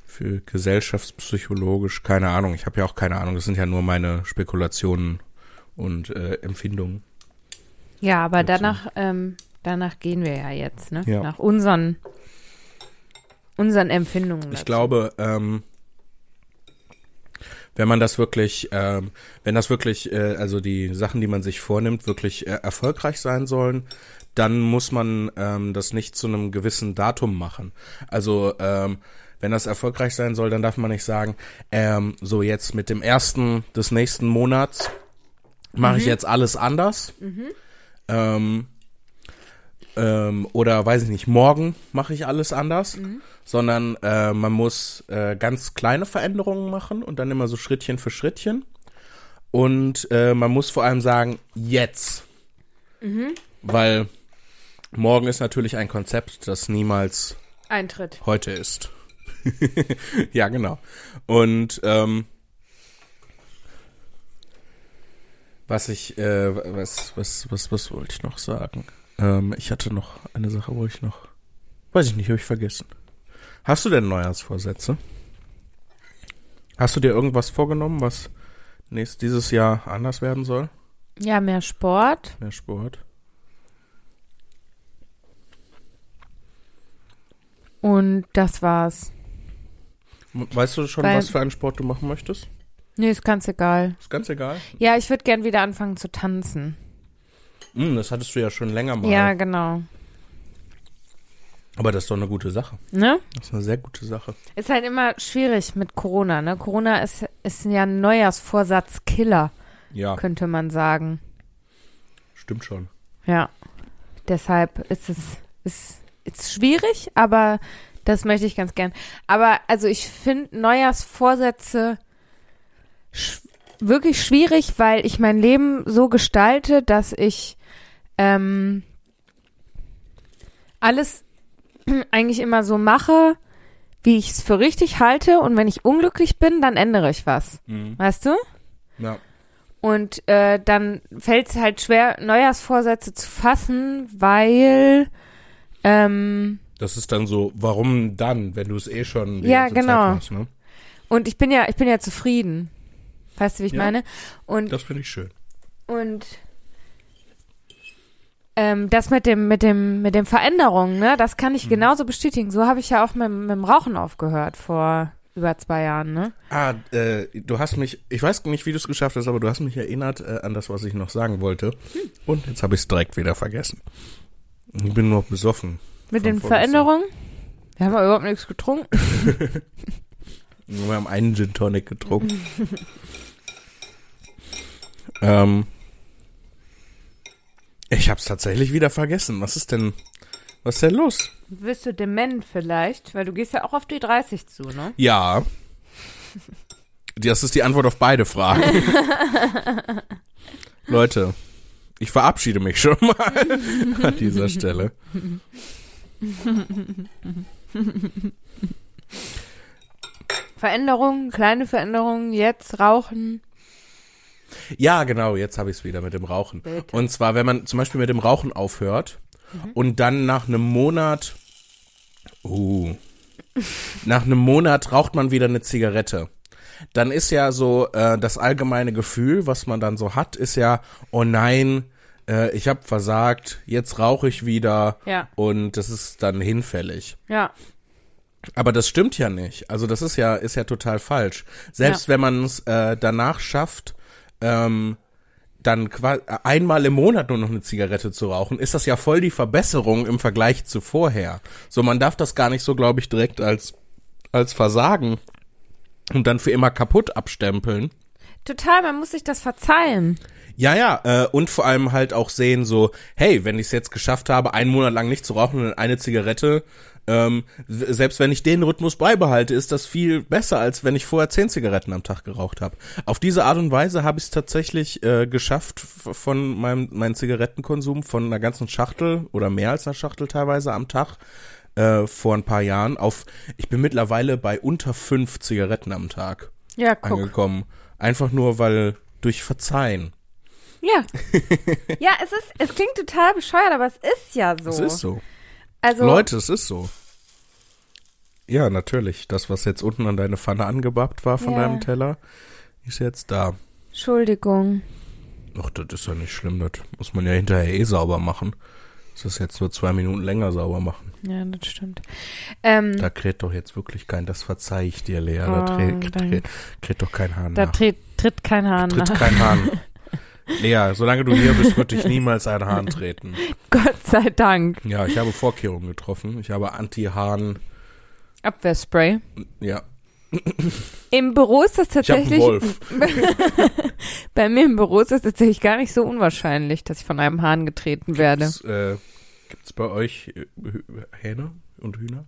S1: für gesellschaftspsychologisch, keine Ahnung, ich habe ja auch keine Ahnung, das sind ja nur meine Spekulationen und äh, Empfindungen.
S2: Ja, aber danach, ähm, danach gehen wir ja jetzt, ne?
S1: Ja.
S2: Nach unseren, unseren Empfindungen.
S1: Ich
S2: dazu.
S1: glaube, ähm, wenn man das wirklich, ähm, wenn das wirklich, äh, also die Sachen, die man sich vornimmt, wirklich äh, erfolgreich sein sollen, dann muss man ähm, das nicht zu einem gewissen Datum machen. Also ähm, wenn das erfolgreich sein soll, dann darf man nicht sagen, ähm, so jetzt mit dem ersten des nächsten Monats mache ich jetzt alles anders. Ähm, ähm, oder weiß ich nicht, morgen mache ich alles anders, sondern äh, man muss äh, ganz kleine Veränderungen machen und dann immer so Schrittchen für Schrittchen. Und äh, man muss vor allem sagen, jetzt. Weil morgen ist natürlich ein Konzept, das niemals
S2: Eintritt.
S1: heute ist. ja, genau. Und ähm, was ich, äh, was, was, was, was wollte ich noch sagen? Ähm, ich hatte noch eine Sache, wollte ich noch. Weiß ich nicht, habe ich vergessen. Hast du denn Neujahrsvorsätze? Hast du dir irgendwas vorgenommen, was nächst, dieses Jahr anders werden soll?
S2: Ja, mehr Sport.
S1: Mehr Sport?
S2: Und das war's.
S1: Weißt du schon,
S2: Weil-
S1: was für einen Sport du machen möchtest?
S2: Nee, ist ganz egal.
S1: Ist ganz egal.
S2: Ja, ich würde gern wieder anfangen zu tanzen.
S1: Hm, das hattest du ja schon länger mal.
S2: Ja, genau.
S1: Aber das ist doch eine gute Sache.
S2: Ne?
S1: Das ist eine sehr gute Sache.
S2: Ist halt immer schwierig mit Corona, ne? Corona ist, ist ja ein Neujahrsvorsatzkiller,
S1: Ja,
S2: könnte man sagen.
S1: stimmt schon.
S2: Ja. Deshalb ist es ist, ist schwierig, aber das möchte ich ganz gern. Aber also ich finde Neujahrsvorsätze sch wirklich schwierig, weil ich mein Leben so gestalte, dass ich ähm, alles eigentlich immer so mache, wie ich es für richtig halte. Und wenn ich unglücklich bin, dann ändere ich was. Weißt du?
S1: Ja.
S2: Und äh, dann fällt es halt schwer, Neujahrsvorsätze zu fassen, weil ähm,
S1: Das ist dann so, warum dann, wenn du es eh schon die
S2: Ja,
S1: ganze Zeit
S2: genau.
S1: machst, ne?
S2: und ich bin ja, ich bin ja zufrieden. Weißt du, wie ich
S1: Ja.
S2: meine? Und
S1: Das finde ich schön.
S2: und ähm, das mit dem, mit dem, mit den Veränderungen, ne, das kann
S1: Mhm.
S2: ich genauso bestätigen. So habe ich ja auch mit, mit dem Rauchen aufgehört vor über zwei Jahren, ne?
S1: Ah, äh, du hast mich, ich weiß nicht, wie du es geschafft hast, aber du hast mich erinnert äh, an das, was ich noch sagen wollte. Und jetzt habe ich es direkt wieder vergessen. Ich bin nur besoffen.
S2: Mit
S1: Von
S2: den
S1: vorgestern.
S2: Veränderungen. Wir haben ja überhaupt nichts getrunken.
S1: Wir haben einen Gin Tonic getrunken. ähm, ich hab's tatsächlich wieder vergessen. Was ist denn, was ist denn los?
S2: Bist du dement vielleicht? Weil du gehst ja auch auf die 30 zu, ne?
S1: Ja. Das ist die Antwort auf beide Fragen. Leute, ich verabschiede mich schon mal an dieser Stelle.
S2: Veränderungen, kleine Veränderungen, jetzt rauchen.
S1: Ja, genau, jetzt habe ich es wieder mit dem Rauchen.
S2: Bitte.
S1: Und zwar, wenn man zum Beispiel mit dem Rauchen aufhört und dann nach einem Monat. Uh. Nach einem Monat raucht man wieder eine Zigarette. Dann ist ja so äh, das allgemeine Gefühl, was man dann so hat, ist ja, oh nein, äh, ich habe versagt, jetzt rauche ich wieder
S2: Ja.
S1: und das ist dann hinfällig.
S2: Ja,
S1: Aber das stimmt ja nicht. Also das ist ja, ist ja total falsch. Selbst wenn man es äh, danach schafft, ähm, dann qua- einmal im Monat nur noch eine Zigarette zu rauchen, ist das ja voll die Verbesserung im Vergleich zu vorher. So, man darf das gar nicht so, glaube ich, direkt als, als Versagen und dann für immer kaputt abstempeln.
S2: total, man muss sich das verzeihen.
S1: Ja, ja, äh, und vor allem halt auch sehen, so, hey, wenn ich es jetzt geschafft habe, einen Monat lang nicht zu rauchen und eine Zigarette, ähm, w- selbst wenn ich den Rhythmus beibehalte, ist das viel besser, als wenn ich vorher zehn Zigaretten am Tag geraucht habe. Auf diese Art und Weise habe ich es tatsächlich äh, geschafft, f- von meinem meinen Zigarettenkonsum von einer ganzen Schachtel oder mehr als einer Schachtel teilweise am Tag äh, vor ein paar Jahren auf, ich bin mittlerweile bei unter fünf Zigaretten am Tag
S2: Ja, guck.
S1: angekommen. Einfach nur, weil durch Verzeihen.
S2: Ja. ja, es ist, es klingt total bescheuert, aber es ist ja so.
S1: Es ist so.
S2: Also,
S1: Leute, es ist so. Ja, natürlich. Das, was jetzt unten an deine Pfanne angebappt war von
S2: Ja.
S1: deinem Teller, ist jetzt da.
S2: Entschuldigung.
S1: Ach, das ist ja nicht schlimm. Das muss man ja hinterher eh sauber machen. Das ist jetzt nur zwei Minuten länger sauber machen.
S2: Ja, das stimmt. Ähm,
S1: Da kräht doch jetzt wirklich kein, das verzeih ich dir, Lea. Da
S2: Oh,
S1: trä- trä-
S2: danke.
S1: kräht doch kein Hahn
S2: da
S1: nach.
S2: tritt, tritt kein Hahn
S1: Tritt
S2: nach.
S1: kein Hahn. Lea, solange du hier bist, wird dich niemals ein Hahn treten.
S2: Gott sei Dank.
S1: Ja, ich habe Vorkehrungen getroffen. Ich habe Anti-Hahn.
S2: Abwehrspray.
S1: Ja,
S2: Im Büro ist das
S1: ich habe einen
S2: tatsächlich.
S1: Wolf.
S2: Bei mir im Büro ist das tatsächlich gar nicht so unwahrscheinlich, dass ich von einem Hahn getreten werde.
S1: Gibt's, äh, gibt's bei euch äh, Hü- Hähne und Hühner?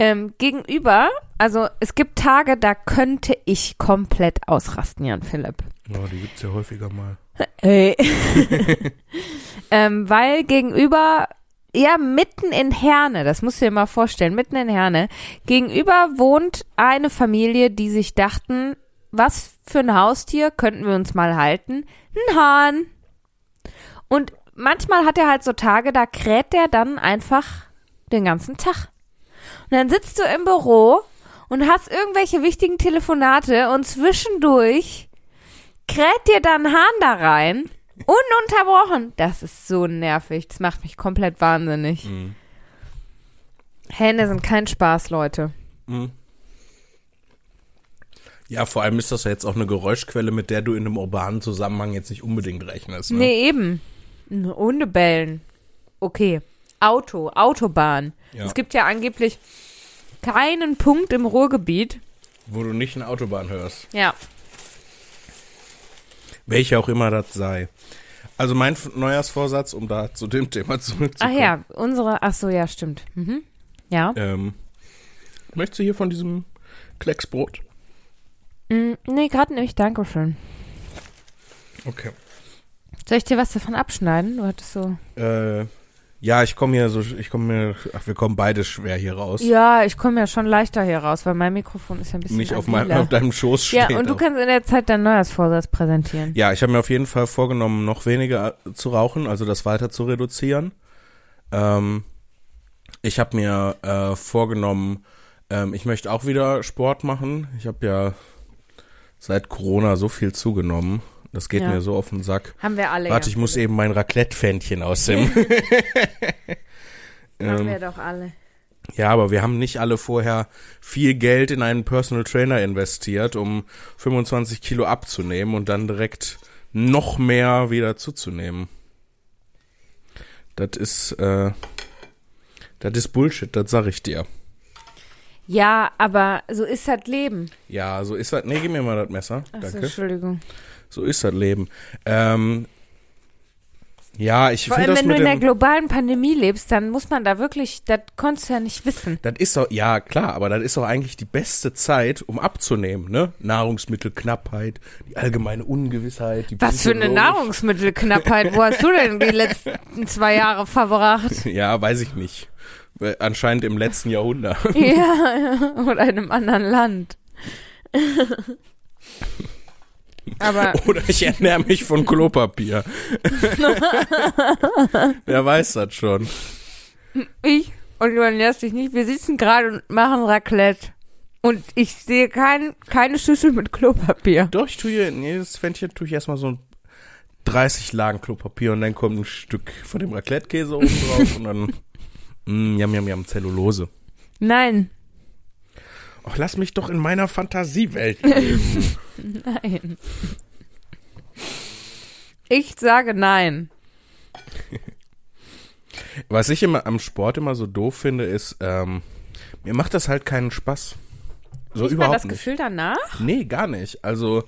S2: Ähm, gegenüber, also es gibt Tage, da könnte ich komplett ausrasten, Jan Philipp.
S1: Ja, die gibt's ja häufiger mal.
S2: Hey. ähm, weil gegenüber, ja, mitten in Herne, das musst du dir mal vorstellen, mitten in Herne, gegenüber wohnt eine Familie, die sich dachten, was für ein Haustier könnten wir uns mal halten? Ein Hahn. Und manchmal hat er halt so Tage, da kräht der dann einfach den ganzen Tag. Und dann sitzt du im Büro und hast irgendwelche wichtigen Telefonate und zwischendurch kräht dir dann Hahn da rein. Ununterbrochen. Das ist so nervig. Das macht mich komplett wahnsinnig. Hähne sind kein Spaß, Leute.
S1: Ja, vor allem ist das ja jetzt auch eine Geräuschquelle, mit der du in einem urbanen Zusammenhang jetzt nicht unbedingt rechnest. Ne?
S2: Nee, eben. Hunde bellen. Okay. Auto, Autobahn.
S1: Ja.
S2: Es gibt ja angeblich keinen Punkt im Ruhrgebiet.
S1: Wo du nicht eine Autobahn hörst.
S2: Ja.
S1: Welche auch immer das sei. Also mein F- Neujahrsvorsatz, um da zu dem Thema
S2: Ach
S1: zurückzukommen.
S2: ja, unsere. Ach so, ja, stimmt. Mhm. Ja.
S1: Ähm, möchtest du hier von diesem Klecksbrot?
S2: Mhm, nee, gerade nicht. Dankeschön.
S1: Okay.
S2: Soll ich dir was davon abschneiden? Du hattest so.
S1: Äh, ja, ich komme hier so, ich komme mir, ach, wir kommen beide schwer hier raus.
S2: Ja, ich komme ja schon leichter hier raus, weil mein Mikrofon ist ja ein bisschen
S1: Nicht auf, meinem,
S2: agiler.
S1: auf deinem Schoß steht.
S2: Ja, und du
S1: aber-
S2: kannst in der Zeit deinen Neujahrsvorsatz präsentieren.
S1: Ja, ich habe mir auf jeden Fall vorgenommen, noch weniger zu rauchen, also das weiter zu reduzieren. Ähm, ich habe mir äh, vorgenommen, ähm, ich möchte auch wieder Sport machen. Ich habe ja seit Corona so viel zugenommen. Das geht
S2: Ja.
S1: mir so auf den Sack.
S2: Haben wir alle.
S1: Warte,
S2: ja.
S1: ich muss eben mein Raclette-Fähnchen aushemmen. ähm,
S2: Haben wir doch alle.
S1: Ja, aber wir haben nicht alle vorher viel Geld in einen Personal Trainer investiert, um 25 Kilo abzunehmen und dann direkt noch mehr wieder zuzunehmen. Das ist, äh, Das ist Bullshit, das sag ich dir.
S2: Ja, aber so ist das Leben.
S1: Ja, so ist das. Nee, gib mir mal das Messer.
S2: Achso,
S1: Danke.
S2: Entschuldigung.
S1: So ist das Leben. Ähm, ja, ich
S2: Vor
S1: finde
S2: allem,
S1: das
S2: wenn du
S1: mit
S2: in der
S1: dem.
S2: globalen Pandemie lebst, dann muss man da wirklich, das konntest du ja nicht wissen.
S1: Das ist doch, ja klar, aber das ist doch eigentlich die beste Zeit, um abzunehmen, ne? Nahrungsmittelknappheit, die allgemeine Ungewissheit. Die
S2: Was für eine
S1: psychologische-
S2: Nahrungsmittelknappheit. Wo hast du denn die letzten zwei Jahre verbracht?
S1: Ja, weiß ich nicht. Weil Anscheinend im letzten Jahrhundert.
S2: ja, oder in einem anderen Land. Aber
S1: Oder ich ernähre mich von Klopapier. Wer weiß das schon?
S2: ich und du ernährst dich nicht. Wir sitzen gerade und machen Raclette. Und ich sehe kein, keine Schüssel mit Klopapier.
S1: Doch, ich tue hier in jedes Fännchen tue ich erstmal so 30 Lagen Klopapier und dann kommt ein Stück von dem Raclette-Käse oben drauf und dann. Mm, jam, jam, jam, Zellulose.
S2: Nein,
S1: Ach, lass mich doch in meiner Fantasiewelt leben.
S2: nein. Ich sage nein.
S1: Was ich immer am Sport immer so doof finde, ist, ähm, mir macht das halt keinen Spaß. So
S2: Ist man
S1: überhaupt
S2: das
S1: nicht.
S2: Gefühl danach?
S1: Nee, gar nicht. Also,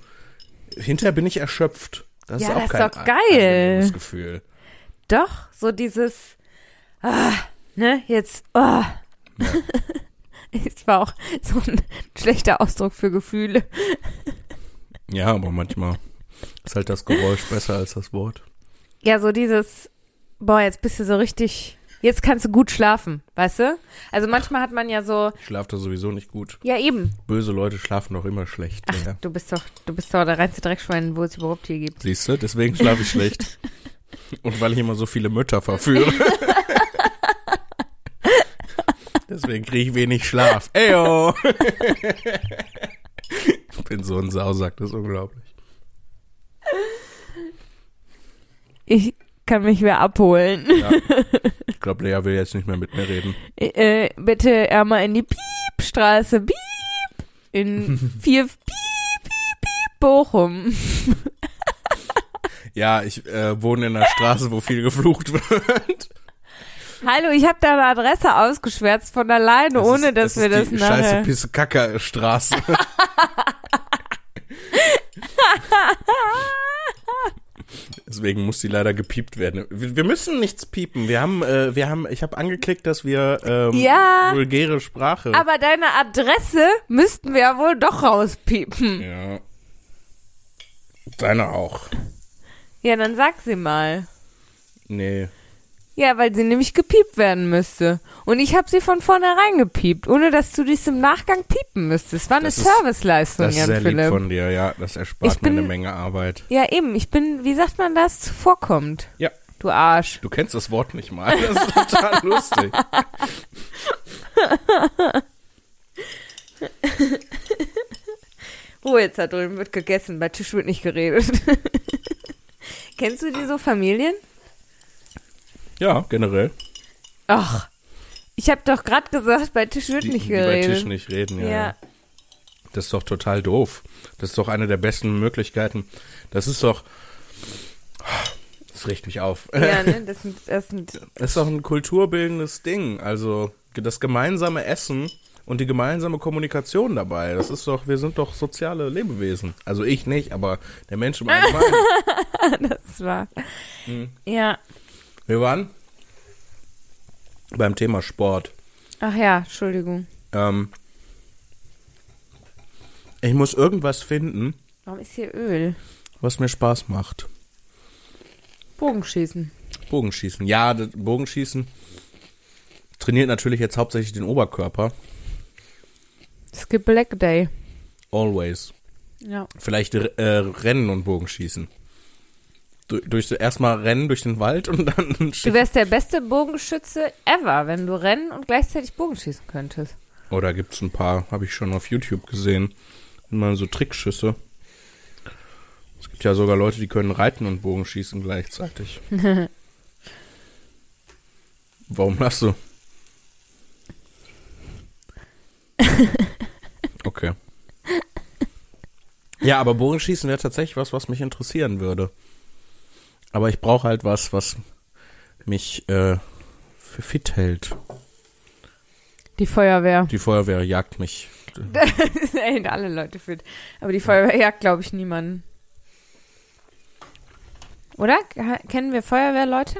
S1: hinterher bin ich erschöpft. Das
S2: Ja,
S1: ist auch
S2: das ist
S1: kein
S2: doch geil.
S1: angenehmes Gefühl.
S2: Doch, so dieses, ah, ne, jetzt, ah. Es war auch so ein schlechter Ausdruck für Gefühle.
S1: Ja, aber manchmal ist halt das Geräusch besser als das Wort.
S2: Ja, so dieses, boah, jetzt bist du so richtig, jetzt kannst du gut schlafen, weißt du? Also manchmal hat man ja so,
S1: Ich schlafe da sowieso nicht gut.
S2: ja eben,
S1: Böse Leute schlafen doch immer schlecht. Ja.
S2: du bist doch, du bist doch der reinste Dreckschwein, wo es überhaupt hier gibt.
S1: Siehst du, deswegen schlafe ich schlecht. Und weil ich immer so viele Mütter verführe. deswegen kriege ich wenig Schlaf. Eyo! ich bin so ein Sausack, das ist unglaublich.
S2: Ich kann mich wer abholen.
S1: Ja. Ich glaube, Lea will jetzt nicht mehr mit mir reden.
S2: Äh, bitte einmal in die Piepstraße, Piep, in vier, Piep, Piep, Piep, Bochum.
S1: Ja, ich äh, wohne in einer Straße, wo viel geflucht wird.
S2: Hallo, ich habe deine Adresse ausgeschwärzt von alleine, ohne
S1: ist,
S2: dass wir
S1: ist
S2: das
S1: die Scheiße
S2: nachher.
S1: Pisse Kacker Straße. Deswegen muss die leider gepiept werden. Wir, wir müssen nichts piepen. Wir haben, äh, wir haben, ich habe angeklickt, dass wir ähm,
S2: Ja.
S1: vulgäre Sprache.
S2: Aber deine Adresse müssten wir ja wohl doch rauspiepen.
S1: ja. Deine auch.
S2: Ja, dann sag sie mal.
S1: Nee.
S2: Ja, weil sie nämlich gepiept werden müsste. Und ich habe sie von vornherein gepiept, ohne dass du dies im Nachgang piepen müsstest. War eine
S1: Das ist-
S2: Serviceleistung,
S1: Das ist
S2: Jan
S1: sehr lieb
S2: Philipp.
S1: von dir, ja. Das erspart
S2: Ich
S1: mir eine
S2: bin-
S1: Menge Arbeit.
S2: ja, eben. Ich bin, wie sagt man das, zuvorkommend.
S1: Ja.
S2: Du Arsch.
S1: Du kennst das Wort nicht mal. Das ist total lustig.
S2: Ruhe Oh, jetzt da drüben, wird gegessen, bei Tisch wird nicht geredet. Kennst du die so Familien?
S1: Ja, generell.
S2: Ach, ich habe doch gerade gesagt, bei Tisch wird
S1: Die,
S2: nicht
S1: die bei
S2: geredet.
S1: Tisch nicht reden, ja. ja.
S2: ja.
S1: Das ist doch total doof. Das ist doch eine der besten Möglichkeiten. Das ist doch. Das regt mich auf.
S2: Ja. ne? Das sind, das sind,
S1: Das ist doch ein kulturbildendes Ding. Also das gemeinsame Essen und die gemeinsame Kommunikation dabei. Das ist doch, wir sind doch soziale Lebewesen. Also ich nicht, aber der Mensch im Allgemeinen.
S2: das war.
S1: Mhm.
S2: Ja.
S1: Wir waren beim Thema Sport.
S2: Ach ja, Entschuldigung.
S1: Ähm, ich muss irgendwas finden,
S2: Warum ist hier Öl?
S1: was mir Spaß macht.
S2: Bogenschießen.
S1: Bogenschießen. Ja, das Bogenschießen trainiert natürlich jetzt hauptsächlich den Oberkörper.
S2: Skip Black Day.
S1: Always.
S2: Ja.
S1: Vielleicht äh, Rennen und Bogenschießen. Du, durch erstmal Rennen durch den Wald und dann
S2: Du wärst der beste Bogenschütze ever, wenn du rennen und gleichzeitig Bogenschießen könntest.
S1: Oder gibt's ein paar, habe ich schon auf YouTube gesehen. Immer so Trickschüsse. Es gibt ja sogar Leute, die können reiten und Bogenschießen gleichzeitig. Warum lachst du? Okay. Ja, aber Bogenschießen wäre tatsächlich was, was mich interessieren würde. Aber ich brauche halt was, was mich äh, für fit hält.
S2: Die Feuerwehr.
S1: Die Feuerwehr jagt mich.
S2: Ey, alle Leute fit. Aber die Feuerwehr jagt, glaube ich, niemanden. Oder? Ke- Kennen wir Feuerwehrleute?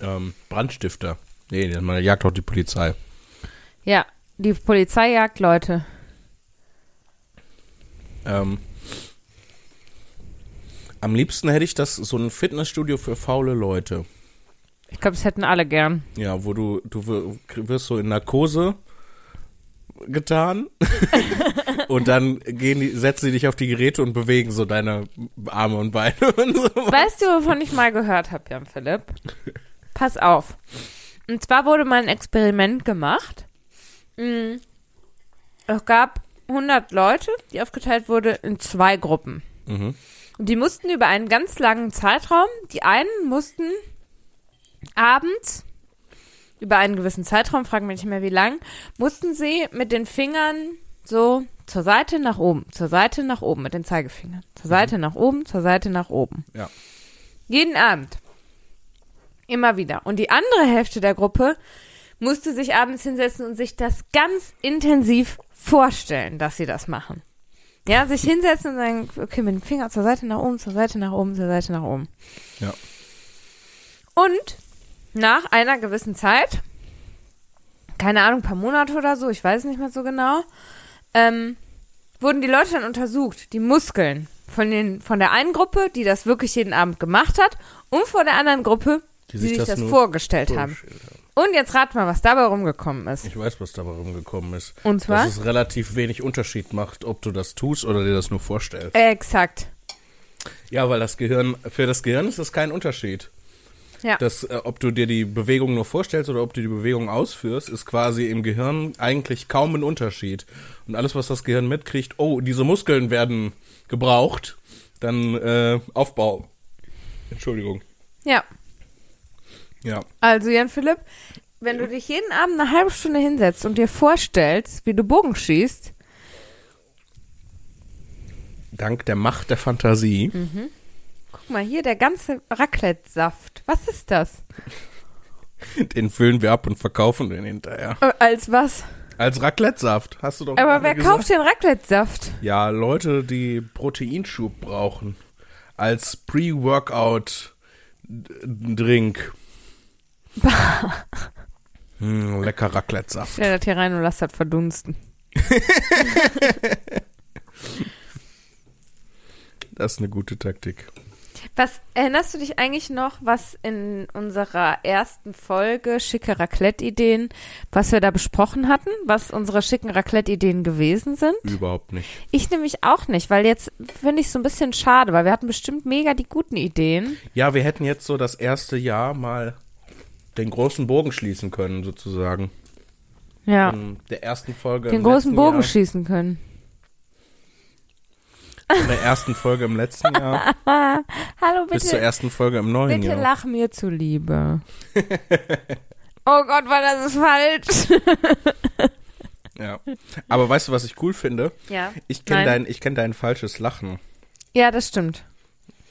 S1: Ähm, Brandstifter. Nee, man jagt auch die Polizei.
S2: Ja, die Polizei jagt Leute.
S1: Ähm, am liebsten hätte ich das so ein Fitnessstudio für faule Leute.
S2: Ich glaube, das hätten alle gern.
S1: Ja, wo du, du wir- wirst so in Narkose getan und dann gehen die, setzen sie dich auf die Geräte und bewegen so deine Arme und Beine und so.
S2: Weißt du, wovon ich mal gehört habe, Jan Philipp? Pass auf. Und zwar wurde mal ein Experiment gemacht. Mm. Es gab 100 Leute, die aufgeteilt wurde in zwei Gruppen.
S1: Mhm.
S2: Und die mussten über einen ganz langen Zeitraum, die einen mussten abends über einen gewissen Zeitraum, fragen wir nicht mehr wie lang, mussten sie mit den Fingern so zur Seite nach oben, zur Seite nach oben, mit den Zeigefingern, zur Seite nach oben, zur Seite nach oben.
S1: Ja.
S2: Jeden Abend. Immer wieder. Und die andere Hälfte der Gruppe musste sich abends hinsetzen und sich das ganz intensiv vorstellen, dass sie das machen. Ja, sich hinsetzen und sagen, okay, mit dem Finger zur Seite nach oben, zur Seite nach oben, zur Seite nach oben.
S1: Ja.
S2: Und nach einer gewissen Zeit, keine Ahnung, paar Monate oder so, ich weiß nicht mehr so genau, ähm, wurden die Leute dann untersucht, die Muskeln von, den, von der einen Gruppe, die das wirklich jeden Abend gemacht hat, und von der anderen Gruppe, die, sich das,
S1: nur
S2: vorgestellt haben. Und jetzt rat mal, was dabei rumgekommen ist.
S1: Ich weiß, was dabei rumgekommen ist.
S2: Und zwar?
S1: Dass es relativ wenig Unterschied macht, ob du das tust oder dir das nur vorstellst.
S2: Exakt.
S1: Ja, weil das Gehirn, für das Gehirn ist das kein Unterschied.
S2: Ja.
S1: Das, äh, ob du dir die Bewegung nur vorstellst oder ob du die Bewegung ausführst, ist quasi im Gehirn eigentlich kaum ein Unterschied. Und alles, was das Gehirn mitkriegt, oh, diese Muskeln werden gebraucht, dann äh, Aufbau. Entschuldigung.
S2: ja.
S1: Ja.
S2: Also, Jan Philipp, wenn du dich jeden Abend eine halbe Stunde hinsetzt und dir vorstellst, wie du Bogen schießt,
S1: Dank der Macht der Fantasie.
S2: Mhm. guck mal hier, der ganze Raclette-Saft. Was ist das?
S1: Den füllen wir ab und verkaufen den hinterher.
S2: Äh, Als was?
S1: Als Raclette-Saft, hast du doch
S2: Aber
S1: gerade
S2: wer
S1: gesagt.
S2: kauft den Raclette-Saft?
S1: Ja, Leute, die Proteinschub brauchen. Als Pre-Workout-Drink. Hm, lecker Raclette-Saft.
S2: Stell das hier rein und lass das verdunsten.
S1: Das ist eine gute Taktik.
S2: Was erinnerst du dich eigentlich noch, was in unserer ersten Folge schicke Raclette-Ideen, was wir da besprochen hatten, was unsere schicken Raclette-Ideen gewesen sind?
S1: Überhaupt nicht.
S2: Ich nämlich auch nicht, weil jetzt finde ich es so ein bisschen schade, weil wir hatten bestimmt mega die guten Ideen.
S1: Ja, wir hätten jetzt so das erste Jahr mal den großen Bogen schließen können, sozusagen.
S2: Ja.
S1: In der ersten Folge.
S2: Den
S1: im
S2: großen
S1: letzten
S2: Bogen
S1: Jahr,
S2: schießen können.
S1: Von der ersten Folge im letzten Jahr
S2: Hallo,
S1: bis zur
S2: bitte,
S1: ersten Folge im neuen
S2: bitte
S1: Jahr.
S2: lach mir zuliebe. oh Gott, war das ist falsch.
S1: Ja. Aber weißt du, was ich cool finde?
S2: ja.
S1: Ich kenne
S2: Nein.
S1: dein, ich kenn dein falsches Lachen.
S2: ja, das stimmt.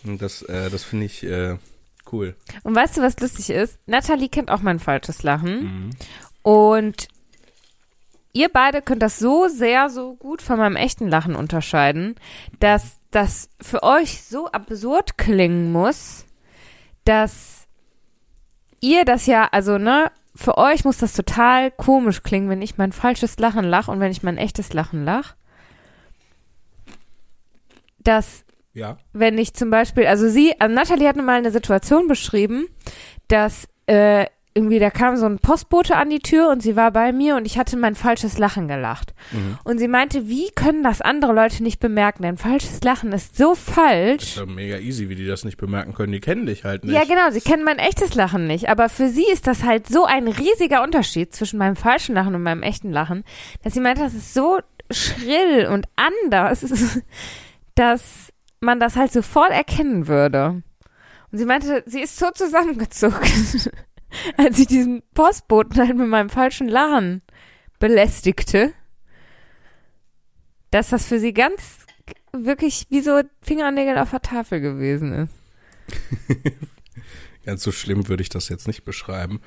S1: Und Das, äh, das finde ich äh, cool.
S2: Und weißt du, was lustig ist? Nathalie kennt auch mein falsches Lachen. Und ihr beide könnt das so sehr, so gut von meinem echten Lachen unterscheiden, dass das für euch so absurd klingen muss, dass ihr das ja, also ne, für euch muss das total komisch klingen, wenn ich mein falsches Lachen lache und wenn ich mein echtes Lachen lache. Dass
S1: Ja.
S2: wenn ich zum Beispiel, also sie, also Natalie hat mal eine Situation beschrieben, dass äh, irgendwie da kam so ein Postbote an die Tür und sie war bei mir und ich hatte mein falsches Lachen gelacht. Und sie meinte, wie können das andere Leute nicht bemerken? Denn falsches Lachen ist so
S1: Ist
S2: falsch.
S1: ja mega easy, wie die das nicht bemerken können. Die kennen dich halt nicht.
S2: Ja, genau, sie kennen mein echtes Lachen nicht. Aber für sie ist das halt so ein riesiger Unterschied zwischen meinem falschen Lachen und meinem echten Lachen, dass sie meinte, das ist so schrill und anders, dass man das halt sofort erkennen würde. Und sie meinte, sie ist so zusammengezuckt, als ich diesen Postboten halt mit meinem falschen Lachen belästigte, dass das für sie ganz wirklich wie so Fingernägel auf der Tafel gewesen ist.
S1: Ganz so schlimm würde ich das jetzt nicht beschreiben.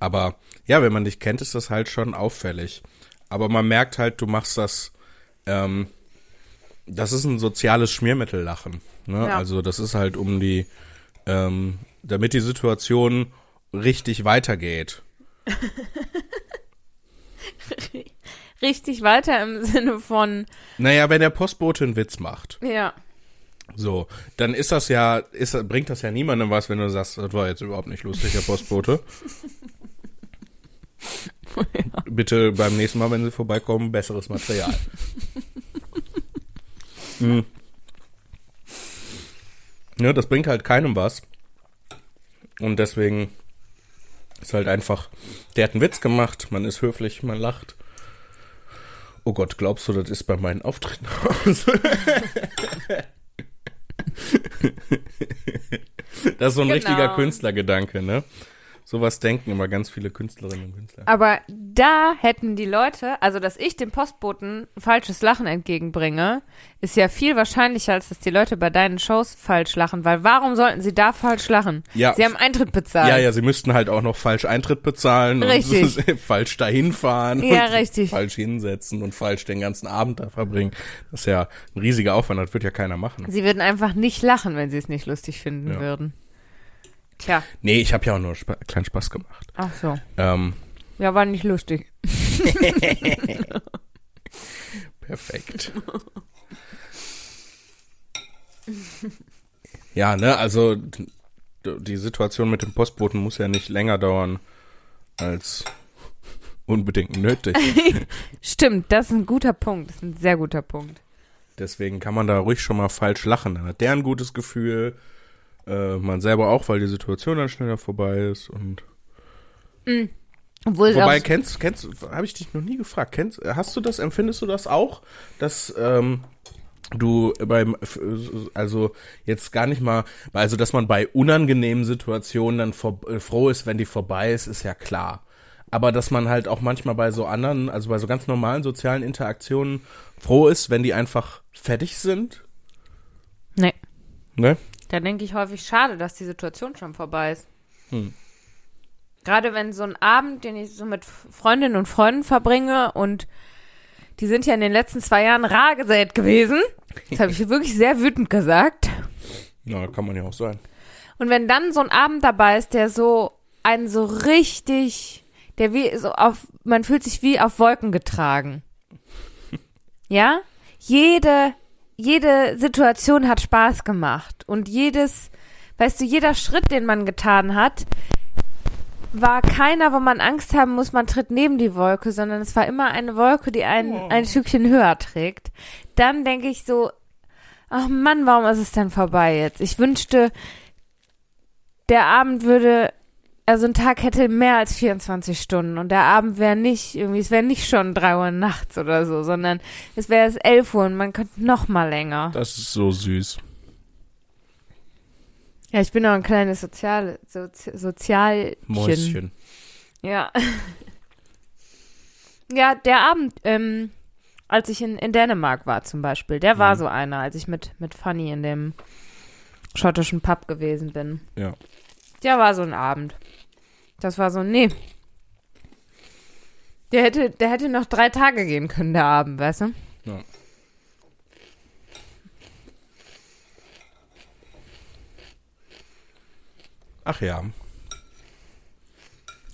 S1: Aber Ja, wenn man dich kennt, ist das halt schon auffällig. Aber man merkt halt, du machst das. Ähm, das ist ein soziales Schmiermittellachen. Ne?
S2: Ja.
S1: Also das ist halt um die, ähm, damit die Situation richtig weitergeht.
S2: Richtig weiter im Sinne von,
S1: Naja, wenn der Postbote einen Witz macht,
S2: ja,
S1: so, dann ist das ja, ist, bringt das ja niemandem was, wenn du sagst, das war jetzt überhaupt nicht lustig, Herr Postbote. Bitte beim nächsten Mal, wenn Sie vorbeikommen, besseres Material. mhm. Ja, das bringt halt keinem was. Und deswegen ist halt einfach, der hat einen Witz gemacht, man ist höflich, man lacht. Oh Gott, glaubst du, das ist bei meinen Auftritten aus? Das ist so ein
S2: Genau.
S1: richtiger Künstlergedanke, ne? Sowas denken immer ganz viele Künstlerinnen und Künstler.
S2: Aber da hätten die Leute, also dass ich dem Postboten falsches Lachen entgegenbringe, ist ja viel wahrscheinlicher, als dass die Leute bei deinen Shows falsch lachen, weil warum sollten sie da falsch lachen?
S1: Ja.
S2: Sie haben Eintritt bezahlt.
S1: Ja, ja, sie müssten halt auch noch falsch Eintritt bezahlen und
S2: Richtig.
S1: falsch dahin fahren
S2: Ja,
S1: und
S2: richtig.
S1: falsch hinsetzen und falsch den ganzen Abend da verbringen. Das ist ja ein riesiger Aufwand, das wird ja keiner machen.
S2: Sie würden einfach nicht lachen, wenn sie es nicht lustig finden
S1: Ja.
S2: würden. Tja,
S1: Nee, ich habe ja auch nur spa kleinen Spaß gemacht.
S2: ach so.
S1: Ähm,
S2: Ja, war nicht lustig.
S1: perfekt. ja, ne, also d- die Situation mit dem Postboten muss ja nicht länger dauern als unbedingt nötig.
S2: Stimmt, das ist ein guter Punkt. Das ist ein sehr guter Punkt.
S1: Deswegen kann man da ruhig schon mal falsch lachen. Dann hat der ein gutes Gefühl, äh, man selber auch, weil die Situation dann schneller vorbei ist. Und
S2: Obwohl es
S1: wobei
S2: auch,
S1: kennst, kennst, habe ich dich noch nie gefragt. Kennst, hast du das? Empfindest du das auch, dass ähm, du beim, also jetzt gar nicht mal, also dass man bei unangenehmen Situationen dann vor, äh, froh ist, wenn die vorbei ist, ist ja klar. Aber dass man halt auch manchmal bei so anderen, also bei so ganz normalen sozialen Interaktionen froh ist, wenn die einfach fertig sind.
S2: nee,
S1: Ne?
S2: da denke ich häufig, schade, dass die Situation schon vorbei ist. Gerade wenn so ein Abend, den ich so mit Freundinnen und Freunden verbringe und die sind ja in den letzten zwei Jahren rar gesät gewesen. Das habe ich wirklich sehr wütend gesagt.
S1: Na, kann man ja auch sein.
S2: Und wenn dann so ein Abend dabei ist, der so einen so richtig, der wie so auf, man fühlt sich wie auf Wolken getragen. Ja? Jede, jede Situation hat Spaß gemacht und jedes, weißt du, jeder Schritt, den man getan hat, war keiner, wo man Angst haben muss, man tritt neben die Wolke, sondern es war immer eine Wolke, die einen ein Stückchen höher trägt. Dann denke ich so, ach Mann, warum ist es denn vorbei jetzt? Ich wünschte, der Abend würde, also ein Tag hätte mehr als 24 Stunden und der Abend wäre nicht, irgendwie, es wäre nicht schon 3 Uhr nachts oder so, sondern es wäre es 11 Uhr und man könnte noch mal länger.
S1: Das ist so süß.
S2: Ja, ich bin auch ein kleines Sozial, Sozi Sozialchen.
S1: Mäuschen.
S2: Ja. ja, der Abend, ähm, als ich in, in Dänemark war zum Beispiel, der war so einer, als ich mit, mit Fanny in dem schottischen Pub gewesen bin.
S1: Ja.
S2: Der war so ein Abend. Das war so, nee. Der hätte, der hätte noch drei Tage gehen können, der Abend, weißt du?
S1: ja. Ach ja.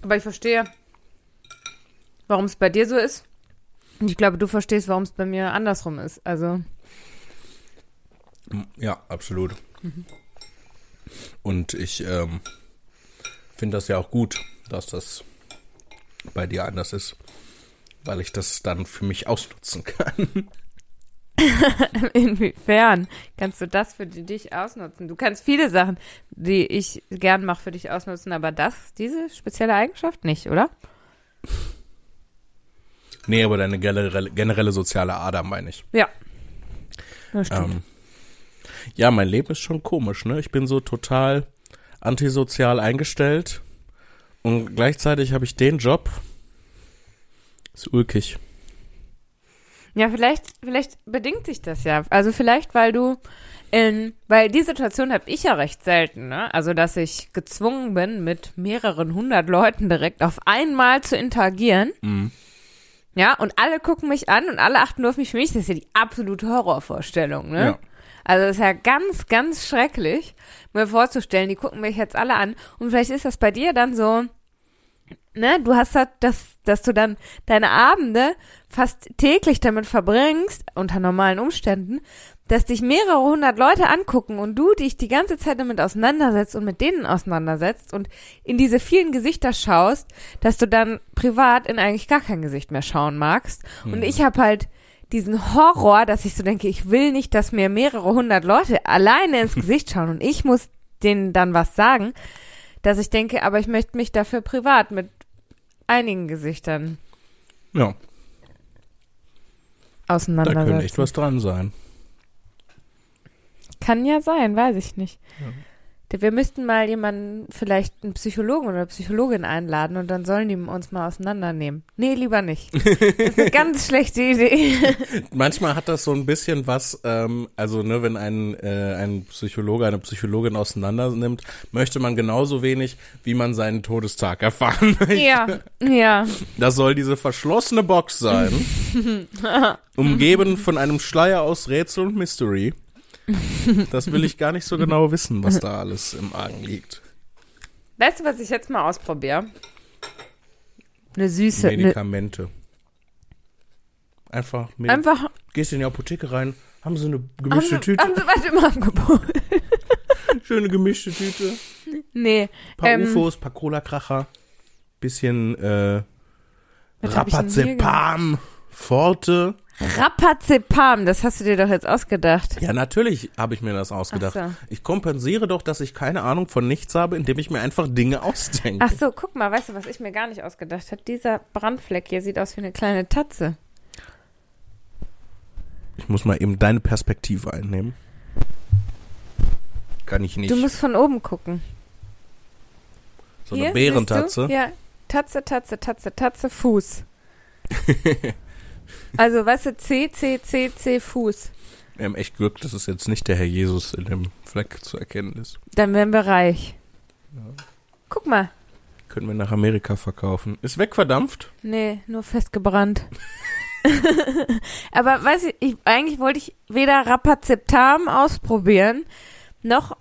S2: Aber ich verstehe, warum es bei dir so ist. Und ich glaube, du verstehst, warum es bei mir andersrum ist. Also,
S1: M- Ja, absolut. Mhm. Und ich ähm, finde das ja auch gut, dass das bei dir anders ist, weil ich das dann für mich ausnutzen kann.
S2: inwiefern kannst du das für dich ausnutzen? Du kannst viele Sachen, die ich gern mache, für dich ausnutzen, aber das, diese spezielle Eigenschaft nicht, oder?
S1: Nee, aber deine generelle, generelle soziale Ader meine ich.
S2: Ja. Das stimmt.
S1: Ähm, ja, mein Leben ist schon komisch, ne? Ich bin so total antisozial eingestellt und gleichzeitig habe ich den Job. Ist ulkig.
S2: Ja, vielleicht, vielleicht bedingt sich das ja. Also vielleicht, weil du Ähm, weil die Situation habe ich ja recht selten, ne? Also, dass ich gezwungen bin, mit mehreren hundert Leuten direkt auf einmal zu interagieren. Ja, und alle gucken mich an und alle achten nur auf mich. Für mich ist das ja die absolute Horrorvorstellung, ne?
S1: Ja.
S2: Also, das ist ja ganz, ganz schrecklich, mir vorzustellen, die gucken mich jetzt alle an. Und vielleicht ist das bei dir dann so, ne? Du hast halt das, dass du dann deine Abende fast täglich damit verbringst, unter normalen Umständen, dass dich mehrere hundert Leute angucken und du dich die ganze Zeit damit auseinandersetzt und mit denen auseinandersetzt und in diese vielen Gesichter schaust, dass du dann privat in eigentlich gar kein Gesicht mehr schauen magst. Und ich habe halt diesen Horror, dass ich so denke, ich will nicht, dass mir mehrere hundert Leute alleine ins Gesicht schauen und ich muss denen dann was sagen, dass ich denke, aber ich möchte mich dafür privat mit einigen Gesichtern
S1: Ja, da
S2: auseinandersetzen.
S1: könnte echt was dran sein.
S2: Kann ja sein, weiß ich nicht. Wir müssten mal jemanden, vielleicht einen Psychologen oder Psychologin einladen und dann sollen die uns mal auseinandernehmen. Nee, lieber nicht. Das ist eine ganz schlechte Idee.
S1: Manchmal hat das so ein bisschen was, ähm, also ne, wenn ein, äh, ein Psychologe, eine Psychologin auseinandernimmt, möchte man genauso wenig, wie man seinen Todestag erfahren möchte.
S2: ja, ja.
S1: Das soll diese verschlossene Box sein, umgeben von einem Schleier aus Rätsel und Mystery. Das will ich gar nicht so genau wissen, was da alles im Argen liegt.
S2: Weißt du, was ich jetzt mal ausprobiere? Eine süße. Eine,
S1: Medikamente. Einfach, Medi
S2: einfach.
S1: gehst in die Apotheke rein, haben sie eine
S2: Haben
S1: gemischte
S2: sie, ah.
S1: Tüte,
S2: haben sie was im Angebot?
S1: schöne gemischte Tüte.
S2: Nee.
S1: paar
S2: ähm,
S1: UFOs, paar Cola-Kracher, bisschen äh,
S2: was hab ich denn hier gemacht?
S1: Rapazepam, Forte.
S2: Rapazepam, das hast du dir doch jetzt ausgedacht.
S1: Ja, natürlich habe ich mir das ausgedacht.
S2: Ach so.
S1: Ich kompensiere doch, dass ich keine Ahnung von nichts habe, indem ich mir einfach Dinge ausdenke.
S2: Ach so, guck mal, weißt du, was ich mir gar nicht ausgedacht habe? Dieser Brandfleck hier sieht aus wie eine kleine Tatze.
S1: Ich muss mal eben deine Perspektive einnehmen. Kann ich nicht.
S2: Du musst von oben gucken.
S1: so eine
S2: Hier,
S1: Bärentatze.
S2: siehst du? Ja, Tatze, Tatze, Tatze, Tatze, Fuß. also, weißt du, C, C, C, C, Fuß.
S1: Wir haben echt Glück, dass es jetzt nicht der Herr Jesus in dem Fleck zu erkennen ist.
S2: Dann wären wir reich. Guck mal.
S1: Können wir nach Amerika verkaufen. Ist wegverdampft?
S2: Nee, nur festgebrannt. Aber weiß ich, ich, eigentlich wollte ich weder Rapazeptam ausprobieren, noch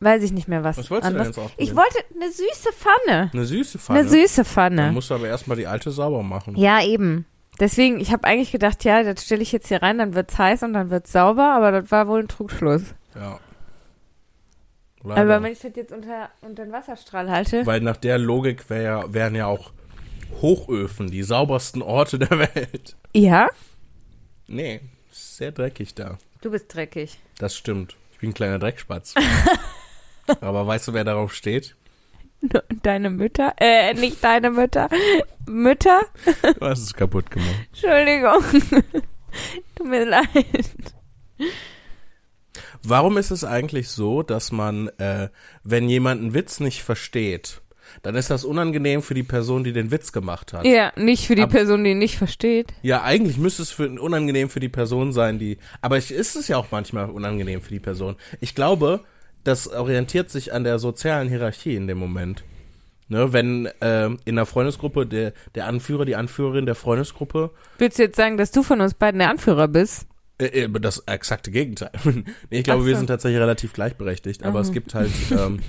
S2: weiß ich nicht mehr was.
S1: Was wolltest du denn
S2: anderes.
S1: jetzt ausprobieren?
S2: Ich wollte eine süße Pfanne.
S1: Eine süße Pfanne.
S2: Eine süße Pfanne.
S1: Dann musst du aber erstmal die alte sauber machen.
S2: Ja, eben. Deswegen, ich habe eigentlich gedacht, ja, das stelle ich jetzt hier rein, dann wird's heiß und dann wird's sauber, aber das war wohl ein Trugschluss.
S1: Ja.
S2: Aber
S1: Leider.
S2: wenn ich das jetzt unter, unter den Wasserstrahl halte,
S1: Weil nach der Logik wär, ja- wären ja auch Hochöfen die saubersten Orte der Welt.
S2: ja,
S1: Nee, ist sehr dreckig da.
S2: du bist dreckig.
S1: Das stimmt. Ich bin ein kleiner Dreckspatz. aber weißt du, wer darauf steht?
S2: Deine Mütter, äh, nicht deine Mütter, Mütter,
S1: Du hast es kaputt gemacht.
S2: Entschuldigung. Tut mir leid.
S1: Warum ist es eigentlich so, dass man, äh, wenn jemand einen Witz nicht versteht, dann ist das unangenehm für die Person, die den Witz gemacht hat.
S2: Ja, nicht für die
S1: Ab-
S2: Person, die ihn nicht versteht.
S1: Ja, eigentlich müsste es für, unangenehm für die Person sein, die. Aber ich, ist es ja auch manchmal unangenehm für die Person. Ich glaube, das orientiert sich an der sozialen Hierarchie in dem Moment. Ne, wenn ähm, in der Freundesgruppe der, der Anführer, die Anführerin der Freundesgruppe,
S2: Willst du jetzt sagen, dass du von uns beiden der Anführer bist?
S1: äh, äh, das exakte Gegenteil. Nee, ich glaube,
S2: Ach
S1: wir
S2: so. Mhm.
S1: sind tatsächlich relativ gleichberechtigt, aber es gibt halt, ähm,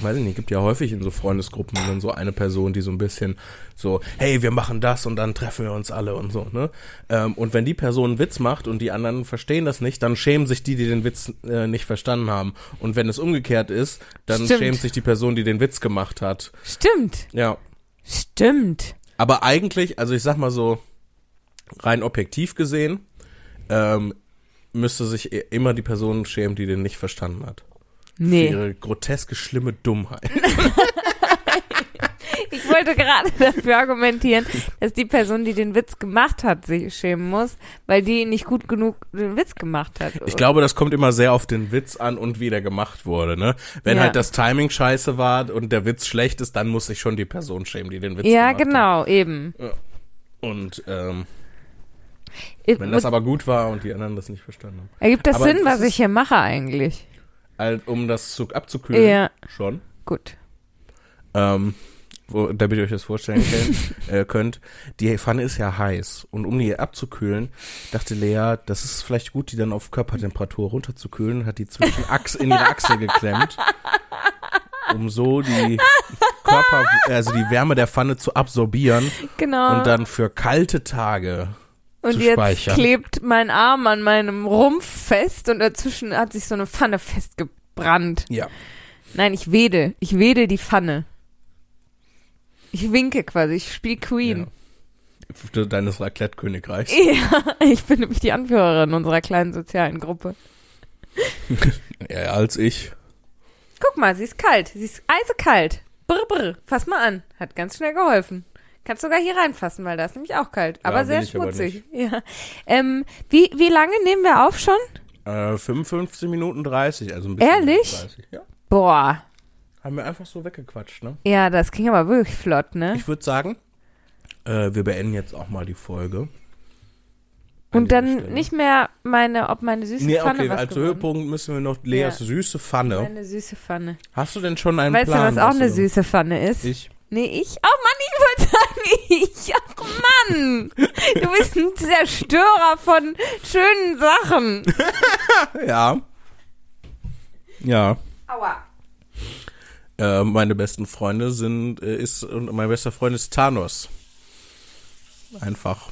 S1: weiß ich nicht, gibt ja häufig in so Freundesgruppen dann so eine Person, die so ein bisschen so, hey, wir machen das und dann treffen wir uns alle und so, ne? Ähm, und wenn die Person einen Witz macht und die anderen verstehen das nicht, dann schämen sich die, die den Witz äh, nicht verstanden haben. Und wenn es umgekehrt ist, dann
S2: Stimmt.
S1: schämt sich die Person, die den Witz gemacht hat.
S2: Stimmt,
S1: Ja.
S2: stimmt.
S1: Aber eigentlich, also ich sag mal so, rein objektiv gesehen, ähm, müsste sich i- immer die Person schämen, die den nicht verstanden hat. Für
S2: Nee.
S1: ihre groteske, schlimme Dummheit.
S2: Ich wollte gerade dafür argumentieren, dass die Person, die den Witz gemacht hat, sich schämen muss, weil die nicht gut genug den Witz gemacht hat.
S1: Ich glaube, das kommt immer sehr auf den Witz an und wie der gemacht wurde, ne? Wenn
S2: Ja.
S1: halt das Timing scheiße war und der Witz schlecht ist, dann muss sich schon
S2: genau,
S1: die Person schämen, die den Witz
S2: ja,
S1: gemacht hat.
S2: genau, eben.
S1: Und ähm, Wenn das aber gut war und die anderen das nicht verstanden haben.
S2: Ergibt das
S1: aber
S2: Sinn,
S1: das
S2: was ich hier mache eigentlich?
S1: Al- um das Zug abzukühlen,
S2: Ja.
S1: schon.
S2: Gut.
S1: Ähm, wo, damit ihr euch das vorstellen könnt, äh, könnt, die Pfanne ist ja heiß. Und um die abzukühlen, dachte Lea, das ist vielleicht gut, die dann auf Körpertemperatur runterzukühlen, hat die zwischen Achse in ihre Achse geklemmt, um so die Körper, also die Wärme der Pfanne zu absorbieren
S2: Genau.
S1: und dann für kalte Tage.
S2: Und
S1: zu
S2: jetzt
S1: speichern.
S2: klebt mein Arm an meinem Rumpf fest und dazwischen hat sich so eine Pfanne festgebrannt.
S1: Ja.
S2: Nein, ich wedel. Ich wedel die Pfanne. Ich winke quasi. Ich spiele Queen.
S1: ja. Deines Raclette-Königreichs.
S2: Ja. ich bin nämlich die Anführerin unserer kleinen sozialen Gruppe.
S1: Ja, als ich.
S2: Guck mal, sie ist kalt. Sie ist eisekalt. Brr, brr. Fass mal an. Hat ganz schnell geholfen. Kannst sogar hier reinfassen, weil da ist nämlich auch kalt.
S1: Ja,
S2: aber
S1: will
S2: sehr
S1: ich aber
S2: schmutzig. ja. ähm, wie, wie lange nehmen wir auf schon?
S1: Äh, 55 Minuten 30, also ein bisschen.
S2: Ehrlich?
S1: 30. Ja.
S2: Boah.
S1: Haben wir einfach so weggequatscht, ne?
S2: Ja, das ging aber wirklich flott, ne?
S1: Ich würde sagen, äh, wir beenden jetzt auch mal die Folge. An
S2: Und
S1: dieser
S2: dann
S1: Stelle.
S2: nicht mehr meine, ob meine süße
S1: Nee,
S2: Pfanne
S1: okay,
S2: was
S1: als
S2: geworden
S1: Höhepunkt müssen wir noch Leas süße
S2: ist.
S1: Pfanne.
S2: Meine süße Pfanne.
S1: Hast du denn schon einen
S2: weißt
S1: Plan?
S2: du, was auch
S1: du-
S2: eine süße Pfanne ist?
S1: Ich.
S2: Nee, ich? Oh Mann, ich wollte sagen, ich. Ach Mann. Du bist ein Zerstörer von schönen Sachen.
S1: Ja. Ja.
S2: Aua.
S1: Äh, meine besten Freunde sind, äh, ist, und mein bester Freund ist Thanos. Einfach.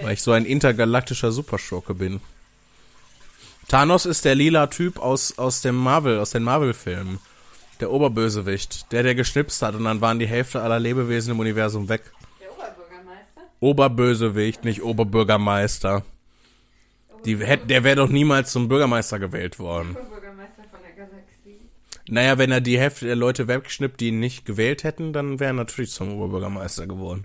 S1: Weil ich so ein intergalaktischer Superschurke bin. Thanos ist der lila Typ aus, aus dem Marvel, aus den Marvel-Filmen. Der Oberbösewicht. Der, der geschnipst hat und dann waren die Hälfte aller Lebewesen im Universum weg.
S2: Der Oberbürgermeister?
S1: Oberbösewicht, nicht Oberbürgermeister. Die, hätt- der wäre doch niemals zum Bürgermeister gewählt worden.
S2: Oberbürgermeister von der Galaxie.
S1: Naja, wenn er die Hälfte der Leute wegschnippt, die ihn nicht gewählt hätten, dann wäre er natürlich zum Oberbürgermeister geworden.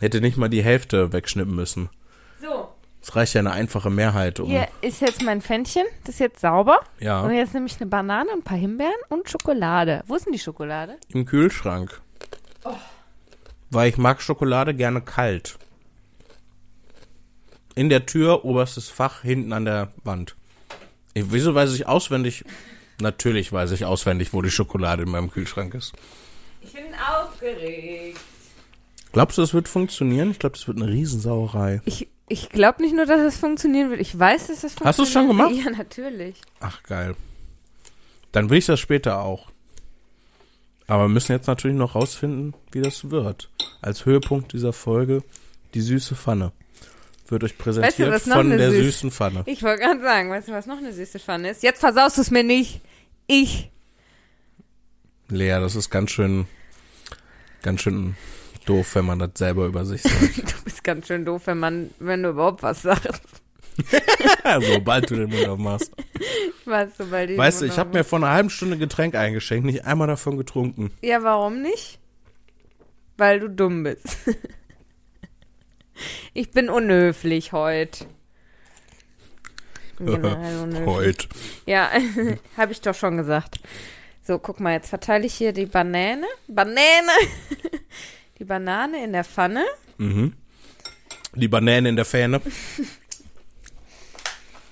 S1: Hätte nicht mal die Hälfte wegschnippen müssen.
S2: So,
S1: Es reicht ja eine einfache Mehrheit, um.
S2: hier ist jetzt mein Pfännchen. Das ist jetzt sauber. Und
S1: Ja,
S2: jetzt nehme ich eine Banane, ein paar Himbeeren und Schokolade. Wo ist denn die Schokolade?
S1: im Kühlschrank. Weil ich mag Schokolade gerne kalt. In der Tür, oberstes Fach, hinten an der Wand. Ich, wieso weiß ich auswendig? Natürlich weiß ich auswendig, wo die Schokolade in meinem Kühlschrank ist.
S2: Ich bin aufgeregt.
S1: Glaubst du, das wird funktionieren? Ich glaube, das wird eine Riesensauerei.
S2: Ich, ich glaube nicht nur, dass es funktionieren wird. Ich weiß, dass es funktioniert.
S1: Hast du's schon gemacht?
S2: Ja, natürlich.
S1: Ach geil. Dann will ich das später auch. Aber wir müssen jetzt natürlich noch rausfinden, wie das wird. Als Höhepunkt dieser Folge die süße Pfanne. Wird euch
S2: Weißt du,
S1: präsentiert
S2: was noch
S1: von
S2: eine
S1: der
S2: süß-
S1: süßen Pfanne.
S2: Ich wollte gerade sagen, weißt du, was noch eine süße Pfanne ist? Jetzt versaust du es mir nicht. Ich.
S1: Lea, das ist ganz schön, ganz schön doof, wenn man das selber über sich sagt.
S2: Du bist ganz schön doof, wenn man, wenn du überhaupt was sagst.
S1: Also, Sobald du den Mund aufmachst.
S2: Weißt du, weil die
S1: Weißt du, ich habe mir vor einer halben Stunde Getränk eingeschenkt, nicht einmal davon getrunken.
S2: Ja, warum nicht? Weil du dumm bist. ich bin unhöflich heute. Generell unhöflich.
S1: Heute.
S2: Ja, habe ich doch schon gesagt. So, guck mal, jetzt verteile ich hier die Banane. Banane! die Banane in der Pfanne.
S1: Mhm. Die Banane in der Fähne.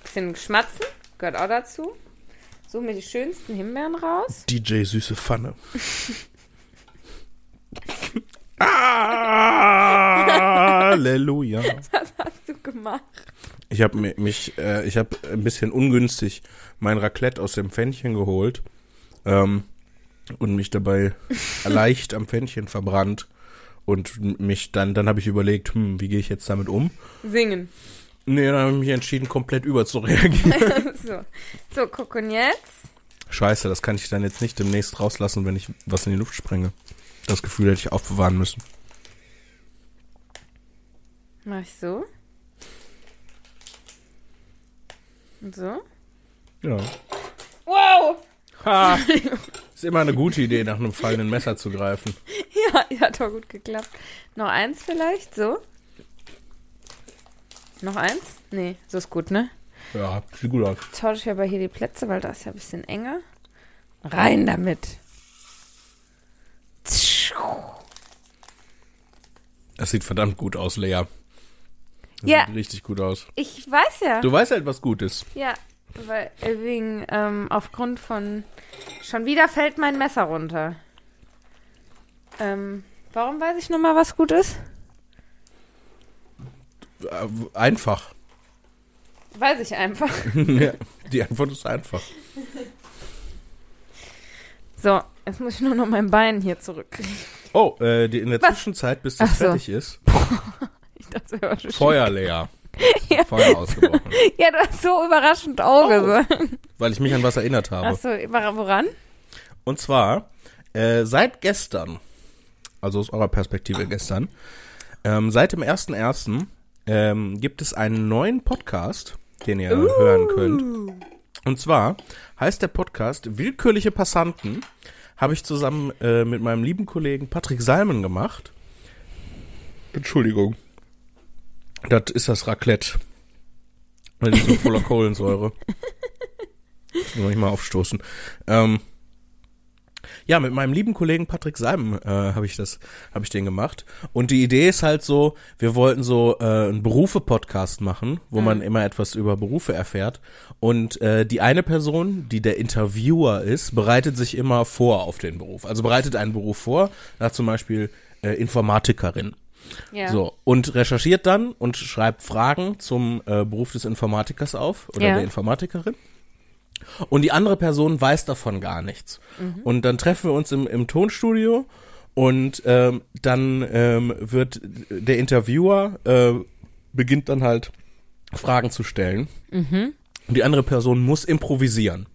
S2: Bisschen Geschmatzen, gehört auch dazu. So mir die schönsten Himbeeren raus.
S1: DJ Süße Pfanne. Halleluja.
S2: Was hast du gemacht?
S1: Ich habe mich, äh, ich habe ein bisschen ungünstig mein Raclette aus dem Pfännchen geholt ähm, und mich dabei leicht am Pfännchen verbrannt und mich dann, dann habe ich überlegt, hm, wie gehe ich jetzt damit um?
S2: Singen.
S1: Nee, dann habe ich mich entschieden, komplett überzureagieren.
S2: so. so, guck und jetzt.
S1: Scheiße, das kann ich dann jetzt nicht demnächst rauslassen, wenn ich was in die Luft sprenge. Das Gefühl hätte ich aufbewahren müssen.
S2: Mach ich so. Und so.
S1: Ja.
S2: Wow!
S1: Ha! Ist immer eine gute Idee, nach einem fallenden Messer zu greifen.
S2: Ja, ja, hat doch gut geklappt. Noch eins vielleicht, so. Noch eins? Nee, so ist gut, ne?
S1: Ja, sieht gut aus.
S2: Jetzt tausche ich aber hier die Plätze, weil da ist ja ein bisschen enger. Rein damit.
S1: Das sieht verdammt gut aus, Lea. Das
S2: Ja.
S1: sieht richtig gut aus.
S2: Ich weiß ja.
S1: Du weißt halt, was gut ist.
S2: Ja, weil äh, wegen, ähm, aufgrund von, schon wieder fällt mein Messer runter. Ähm, warum weiß ich nochmal, was gut ist?
S1: Äh, Einfach.
S2: Weiß ich einfach.
S1: ja. Die Antwort ist einfach.
S2: So, jetzt muss ich nur noch mein Bein hier zurück.
S1: Oh, äh, die, in der
S2: Was?
S1: Zwischenzeit, bis das
S2: Ach so.
S1: fertig ist,
S2: Ich dachte, das wäre schon-
S1: Feuer leer. Feuer ausgebrochen.
S2: Ja, du hast so überraschend
S1: Oh.
S2: Auge. so.
S1: Weil ich mich an was erinnert habe.
S2: Ach so, wora- woran?
S1: Und zwar, äh, seit gestern, also aus eurer Perspektive gestern, ähm, seit dem 1.1. Ähm, gibt es einen neuen Podcast, den ihr hören könnt. Und zwar heißt der Podcast Willkürliche Passanten. Habe ich zusammen äh, mit meinem lieben Kollegen Patrick Salmen gemacht. Entschuldigung. Das ist das Raclette. Weil die so voller Kohlensäure. Muss man nicht mal aufstoßen. Ähm, ja, mit meinem lieben Kollegen Patrick Salm äh, habe ich das, habe ich den gemacht. Und die Idee ist halt so, wir wollten so äh, einen Berufe-Podcast machen, wo man immer etwas über Berufe erfährt. Und äh, die eine Person, die der Interviewer ist, bereitet sich immer vor auf den Beruf. Also bereitet einen Beruf vor, nach zum Beispiel äh, Informatikerin.
S2: Ja.
S1: So, und recherchiert dann und schreibt Fragen zum äh, Beruf des Informatikers auf oder
S2: Ja.
S1: der Informatikerin. Und die andere Person weiß davon gar nichts.
S2: Mhm.
S1: Und dann treffen wir uns im, im Tonstudio und ähm, dann ähm, wird der Interviewer äh, beginnt dann halt Fragen zu stellen.
S2: Mhm.
S1: Und die andere Person muss improvisieren.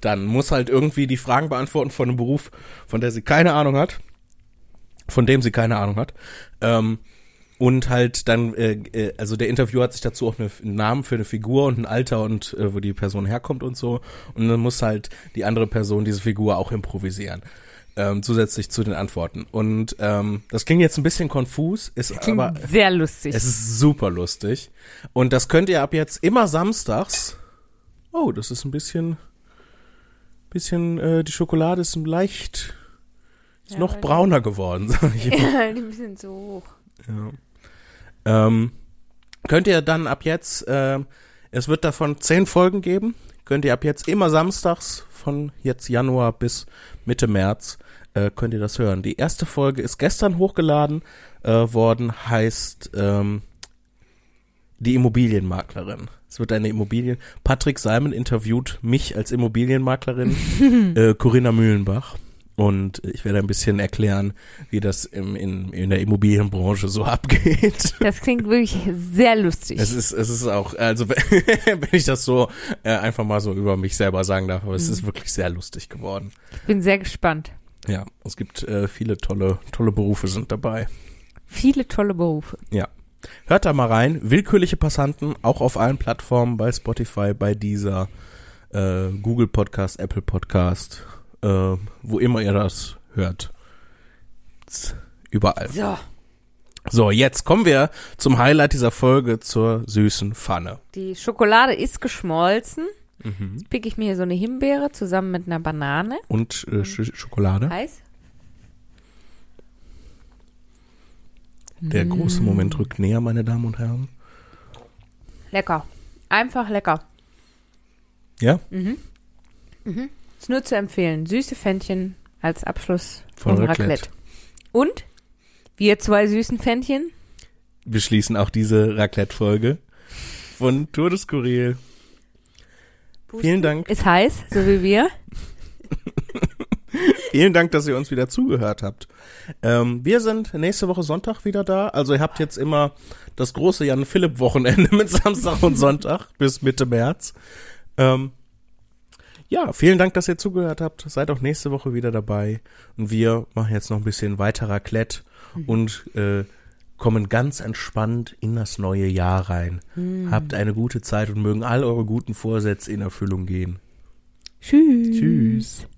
S1: Dann muss halt irgendwie die Fragen beantworten von einem Beruf, von der sie keine Ahnung hat, von dem sie keine Ahnung hat. Ähm, und halt dann, äh, äh, also der Interviewer hat sich dazu auch eine, einen Namen für eine Figur und ein Alter und äh, wo die Person herkommt und so. Und dann muss halt die andere Person diese Figur auch improvisieren. Ähm, zusätzlich zu den Antworten. Und ähm, das klingt jetzt ein bisschen konfus, ist
S2: Klingt
S1: aber
S2: sehr lustig.
S1: es ist super lustig. Und das könnt ihr ab jetzt immer samstags. Oh, das ist ein bisschen. Bisschen, äh, die Schokolade ist leicht. Ist
S2: Ja,
S1: noch
S2: weil-
S1: brauner geworden, sag ich.
S2: ja, halt ein bisschen zu hoch.
S1: Ähm, könnt ihr dann ab jetzt, äh, es wird davon zehn Folgen geben, könnt ihr ab jetzt immer samstags von jetzt Januar bis Mitte März, äh, könnt ihr das hören. Die erste Folge ist gestern hochgeladen äh, worden, heißt ähm, Die Immobilienmaklerin. Es wird eine Immobilien. Patrick Simon interviewt mich als Immobilienmaklerin, äh, Corinna Mühlenbach. Und ich werde ein bisschen erklären, wie das im, in, in der Immobilienbranche so abgeht.
S2: Das klingt wirklich sehr lustig.
S1: Es ist, es ist auch, also wenn ich das so äh, einfach mal so über mich selber sagen darf, aber es ist wirklich sehr lustig geworden.
S2: Ich bin sehr gespannt.
S1: Ja, es gibt äh, viele tolle, tolle Berufe sind dabei.
S2: Viele tolle Berufe.
S1: Ja. Hört da mal rein. Willkürliche Passanten, auch auf allen Plattformen, bei Spotify, bei dieser, äh, Google Podcast, Apple Podcast, äh, wo immer ihr das hört. Z- Überall.
S2: So,
S1: So, jetzt kommen wir zum Highlight dieser Folge zur süßen Pfanne.
S2: die Schokolade ist geschmolzen. Jetzt pick ich mir hier so eine Himbeere zusammen mit einer Banane.
S1: Und äh, Sch Schokolade.
S2: Eis.
S1: Der große Moment rückt näher, meine Damen und Herren.
S2: Lecker. Einfach lecker.
S1: Ja,
S2: Ist nur zu empfehlen. Süße Fändchen als Abschluss
S1: Von
S2: von,
S1: Raclette.
S2: Raclette. Und wir zwei süßen Fändchen.
S1: wir schließen auch diese Raclette-Folge von Tour de Skurril. Vielen Dank.
S2: Ist heiß, so wie wir.
S1: Vielen Dank, dass ihr uns wieder zugehört habt. Ähm, wir sind nächste Woche Sonntag wieder da. Also ihr habt jetzt immer das große Jan-Philipp-Wochenende mit Samstag und Sonntag bis Mitte März. Ähm, ja, vielen Dank, dass ihr zugehört habt. Seid auch nächste Woche wieder dabei. Und wir machen jetzt noch ein bisschen weiter Raclette und äh, kommen ganz entspannt in das neue Jahr rein. Habt eine gute Zeit und mögen all eure guten Vorsätze in Erfüllung gehen.
S2: Tschüss.
S1: Tschüss.